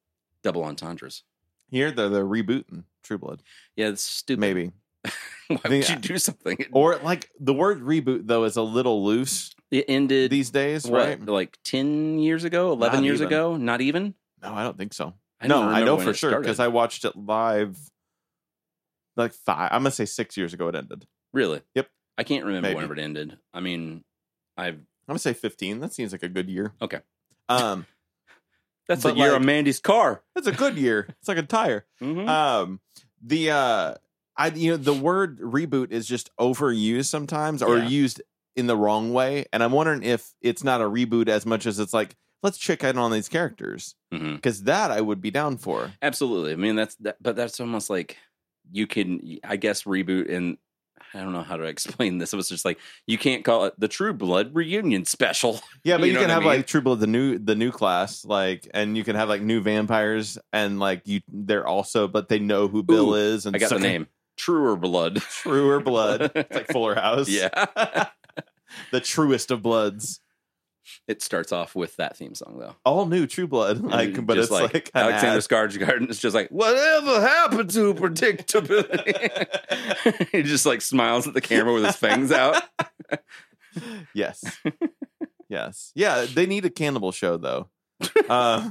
[SPEAKER 2] double entendres.
[SPEAKER 1] here they're, they're rebooting true blood
[SPEAKER 2] Yeah, it's stupid.
[SPEAKER 1] maybe
[SPEAKER 2] Why
[SPEAKER 1] I
[SPEAKER 2] would
[SPEAKER 1] think-
[SPEAKER 2] you do something? It,
[SPEAKER 1] or like the word reboot though is a little loose
[SPEAKER 2] it ended
[SPEAKER 1] these days,
[SPEAKER 2] what,
[SPEAKER 1] right?
[SPEAKER 2] like ten years ago, eleven
[SPEAKER 1] Not
[SPEAKER 2] years
[SPEAKER 1] even.
[SPEAKER 2] ago. Not even.
[SPEAKER 1] No, I don't think so.
[SPEAKER 2] don't
[SPEAKER 1] no, I
[SPEAKER 2] remember
[SPEAKER 1] know
[SPEAKER 2] when
[SPEAKER 1] for
[SPEAKER 2] it
[SPEAKER 1] sure because
[SPEAKER 2] started.
[SPEAKER 1] I watched it live like five, I'm gonna say six years ago it ended.
[SPEAKER 2] really.
[SPEAKER 1] Yep.
[SPEAKER 2] I can't remember
[SPEAKER 1] Maybe.
[SPEAKER 2] whenever it ended. I mean, I've
[SPEAKER 1] I'm gonna say 15. That seems like a good year.
[SPEAKER 2] Okay.
[SPEAKER 1] Um,
[SPEAKER 2] that's
[SPEAKER 1] But
[SPEAKER 2] the year
[SPEAKER 1] like-
[SPEAKER 2] of Mandy's car.
[SPEAKER 1] that's a good year. It's like a tire.
[SPEAKER 2] Mhm.
[SPEAKER 1] Um, the uh, I you know the word reboot is just overused sometimes or
[SPEAKER 2] Yeah.
[SPEAKER 1] used in the wrong way, and I'm wondering if it's not a reboot as much as it's like let's check in on these characters
[SPEAKER 2] Mhm.
[SPEAKER 1] because that I would be down for.
[SPEAKER 2] Absolutely. I mean, that's that, but that's almost like you can. I guess reboot and I don't know how to explain this. It was just like you can't call it the True Blood reunion special.
[SPEAKER 1] Yeah, but
[SPEAKER 2] You
[SPEAKER 1] you,
[SPEAKER 2] know
[SPEAKER 1] can
[SPEAKER 2] what I
[SPEAKER 1] have
[SPEAKER 2] mean?
[SPEAKER 1] like True Blood, the new the new class, like, and you can have like new vampires, and like you, they're also, but they know who Bill
[SPEAKER 2] Ooh,
[SPEAKER 1] is, and
[SPEAKER 2] I got the
[SPEAKER 1] so-
[SPEAKER 2] name Truer Blood.
[SPEAKER 1] Truer Blood. It's like Fuller House.
[SPEAKER 2] yeah,
[SPEAKER 1] the truest of bloods.
[SPEAKER 2] it starts off with that theme song though. Mm,
[SPEAKER 1] All new True Blood, like, but
[SPEAKER 2] Just
[SPEAKER 1] it's like, an
[SPEAKER 2] Alexander
[SPEAKER 1] ad.
[SPEAKER 2] Skarsgård is just like, whatever happened to predictability? he just like smiles at the camera with his fangs out.
[SPEAKER 1] Yes, yes, yeah. They need a cannibal show though. Uh,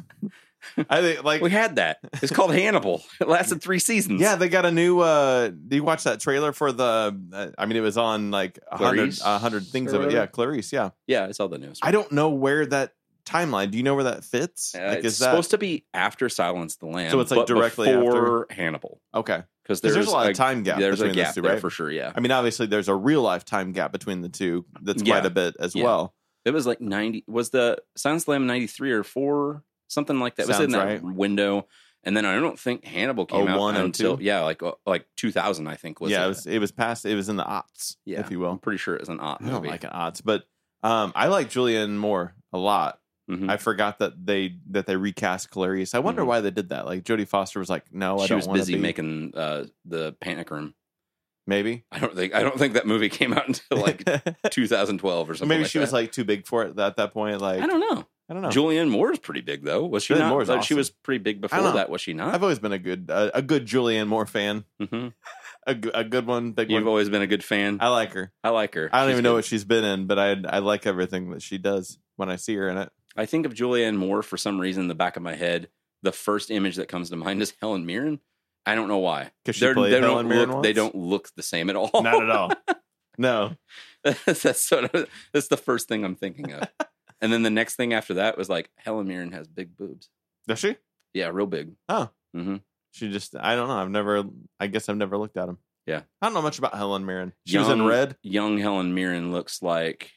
[SPEAKER 1] I think like
[SPEAKER 2] We had that. It's called Hannibal. It lasted three seasons.
[SPEAKER 1] Yeah, they got a new. uh Do you watch that trailer for the? Uh, I mean, it was on like a hundred,
[SPEAKER 2] Clarice
[SPEAKER 1] a hundred things
[SPEAKER 2] or
[SPEAKER 1] of it.
[SPEAKER 2] whatever?
[SPEAKER 1] Yeah, Clarice. Yeah,
[SPEAKER 2] yeah, it's all the news.
[SPEAKER 1] I don't know where that timeline. Do you know where that fits?
[SPEAKER 2] Uh,
[SPEAKER 1] like,
[SPEAKER 2] it's
[SPEAKER 1] is that
[SPEAKER 2] supposed to be after Silence of the Lambs,
[SPEAKER 1] So it's, like,
[SPEAKER 2] but
[SPEAKER 1] directly
[SPEAKER 2] before Hannibal
[SPEAKER 1] okay?
[SPEAKER 2] because
[SPEAKER 1] Because there's a lot of time gap
[SPEAKER 2] There's a
[SPEAKER 1] between
[SPEAKER 2] gap
[SPEAKER 1] those two,
[SPEAKER 2] there
[SPEAKER 1] right?
[SPEAKER 2] for sure. Yeah,
[SPEAKER 1] I mean, obviously, there's a real life time gap between the two. That's
[SPEAKER 2] Yeah.
[SPEAKER 1] quite a bit as
[SPEAKER 2] Yeah.
[SPEAKER 1] well.
[SPEAKER 2] it was like ninety. Was the Silence of the Lambs ninety three or four something like that? It was in
[SPEAKER 1] Sounds
[SPEAKER 2] that
[SPEAKER 1] right.
[SPEAKER 2] window. And then I don't think Hannibal came out
[SPEAKER 1] 01, 02?
[SPEAKER 2] until yeah, like uh, like two thousand. I think was
[SPEAKER 1] yeah,
[SPEAKER 2] it.
[SPEAKER 1] it was it was past. It was in the aughts,
[SPEAKER 2] Yeah.
[SPEAKER 1] if you
[SPEAKER 2] I'm
[SPEAKER 1] will.
[SPEAKER 2] pretty sure it was an odd
[SPEAKER 1] I don't
[SPEAKER 2] movie.
[SPEAKER 1] like an odds, but um, I like Julianne Moore a lot.
[SPEAKER 2] Mhm.
[SPEAKER 1] I forgot that they that they recast Clarice. I wonder
[SPEAKER 2] Mhm.
[SPEAKER 1] why they did that. Like Jodie Foster was like, "No, I
[SPEAKER 2] she
[SPEAKER 1] don't
[SPEAKER 2] was
[SPEAKER 1] wanna
[SPEAKER 2] busy
[SPEAKER 1] be.
[SPEAKER 2] making uh, the Panic Room.
[SPEAKER 1] Maybe
[SPEAKER 2] I don't think I don't think that movie came out until like 2012 or
[SPEAKER 1] Or
[SPEAKER 2] something.
[SPEAKER 1] maybe
[SPEAKER 2] like
[SPEAKER 1] she was
[SPEAKER 2] that.
[SPEAKER 1] like too big for it at that point. Like
[SPEAKER 2] I don't know.
[SPEAKER 1] know.
[SPEAKER 2] Julianne Moore's pretty big though. Was she
[SPEAKER 1] Julianne
[SPEAKER 2] not?
[SPEAKER 1] Moore's
[SPEAKER 2] like, She
[SPEAKER 1] awesome.
[SPEAKER 2] was pretty big before
[SPEAKER 1] know.
[SPEAKER 2] that. Was she not?
[SPEAKER 1] I've always been a good a, a good Julianne Moore fan.
[SPEAKER 2] hmm
[SPEAKER 1] A, g- a good one, big
[SPEAKER 2] You've
[SPEAKER 1] one.
[SPEAKER 2] always been a good fan.
[SPEAKER 1] I like her.
[SPEAKER 2] I like her.
[SPEAKER 1] I don't
[SPEAKER 2] She's
[SPEAKER 1] even know
[SPEAKER 2] good.
[SPEAKER 1] what she's been in, but I I like everything that she does when I see her in it.
[SPEAKER 2] I think of Julianne Moore for some reason in the back of my head. The first image that comes to mind is Helen Mirren. I don't know why.
[SPEAKER 1] 'Cause she
[SPEAKER 2] They're-
[SPEAKER 1] played
[SPEAKER 2] they don't
[SPEAKER 1] Helen Mirren
[SPEAKER 2] look, They
[SPEAKER 1] once?
[SPEAKER 2] don't look the same at all.
[SPEAKER 1] Not at all. No.
[SPEAKER 2] that's sort of that's the first thing I'm thinking of. and then the next thing after that was like Helen Mirren has big boobs.
[SPEAKER 1] Does she?
[SPEAKER 2] Yeah, real big.
[SPEAKER 1] She just I don't know. I've never I guess I've never looked at him.
[SPEAKER 2] Yeah.
[SPEAKER 1] I don't know much about Helen Mirren. She was in
[SPEAKER 2] Young-
[SPEAKER 1] red.
[SPEAKER 2] Young Helen Mirren looks like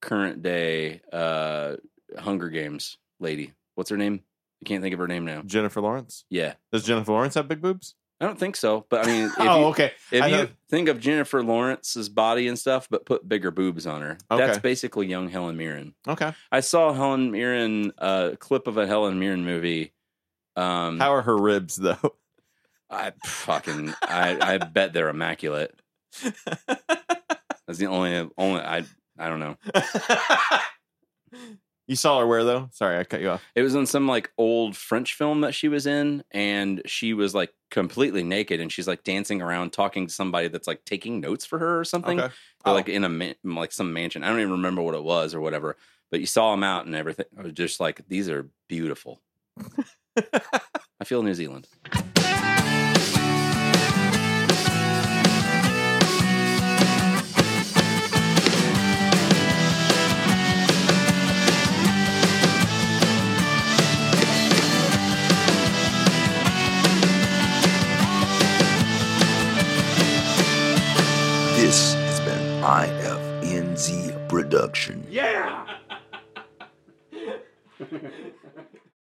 [SPEAKER 2] current day uh Hunger Games lady. What's her name? I can't think of her name now.
[SPEAKER 1] Jennifer Lawrence.
[SPEAKER 2] Yeah.
[SPEAKER 1] Does Jennifer Lawrence have big boobs?
[SPEAKER 2] I don't think so, but I mean if
[SPEAKER 1] oh,
[SPEAKER 2] you,
[SPEAKER 1] okay.
[SPEAKER 2] if
[SPEAKER 1] I
[SPEAKER 2] you
[SPEAKER 1] know-
[SPEAKER 2] think of Jennifer Lawrence's body and stuff, but put bigger boobs on her, that's
[SPEAKER 1] Okay.
[SPEAKER 2] basically young Helen Mirren.
[SPEAKER 1] Okay.
[SPEAKER 2] I saw Helen Mirren uh, clip of a Helen Mirren movie. Um,
[SPEAKER 1] How are her ribs though?
[SPEAKER 2] I fucking I, I bet they're immaculate. That's the only only I I don't know.
[SPEAKER 1] Oh. you saw her where though? Sorry, I cut you off.
[SPEAKER 2] It was in some like old French film that she was in, and she was like completely naked, and she's like dancing around, talking to somebody that's like taking notes for her or something.
[SPEAKER 1] Okay. Oh.
[SPEAKER 2] They're, like in a man, like some mansion. I don't even remember what it was or whatever. But you saw them out and everything. I was just like, these are beautiful. I feel New Zealand.
[SPEAKER 4] This has been IFNZ Production.
[SPEAKER 1] Yeah.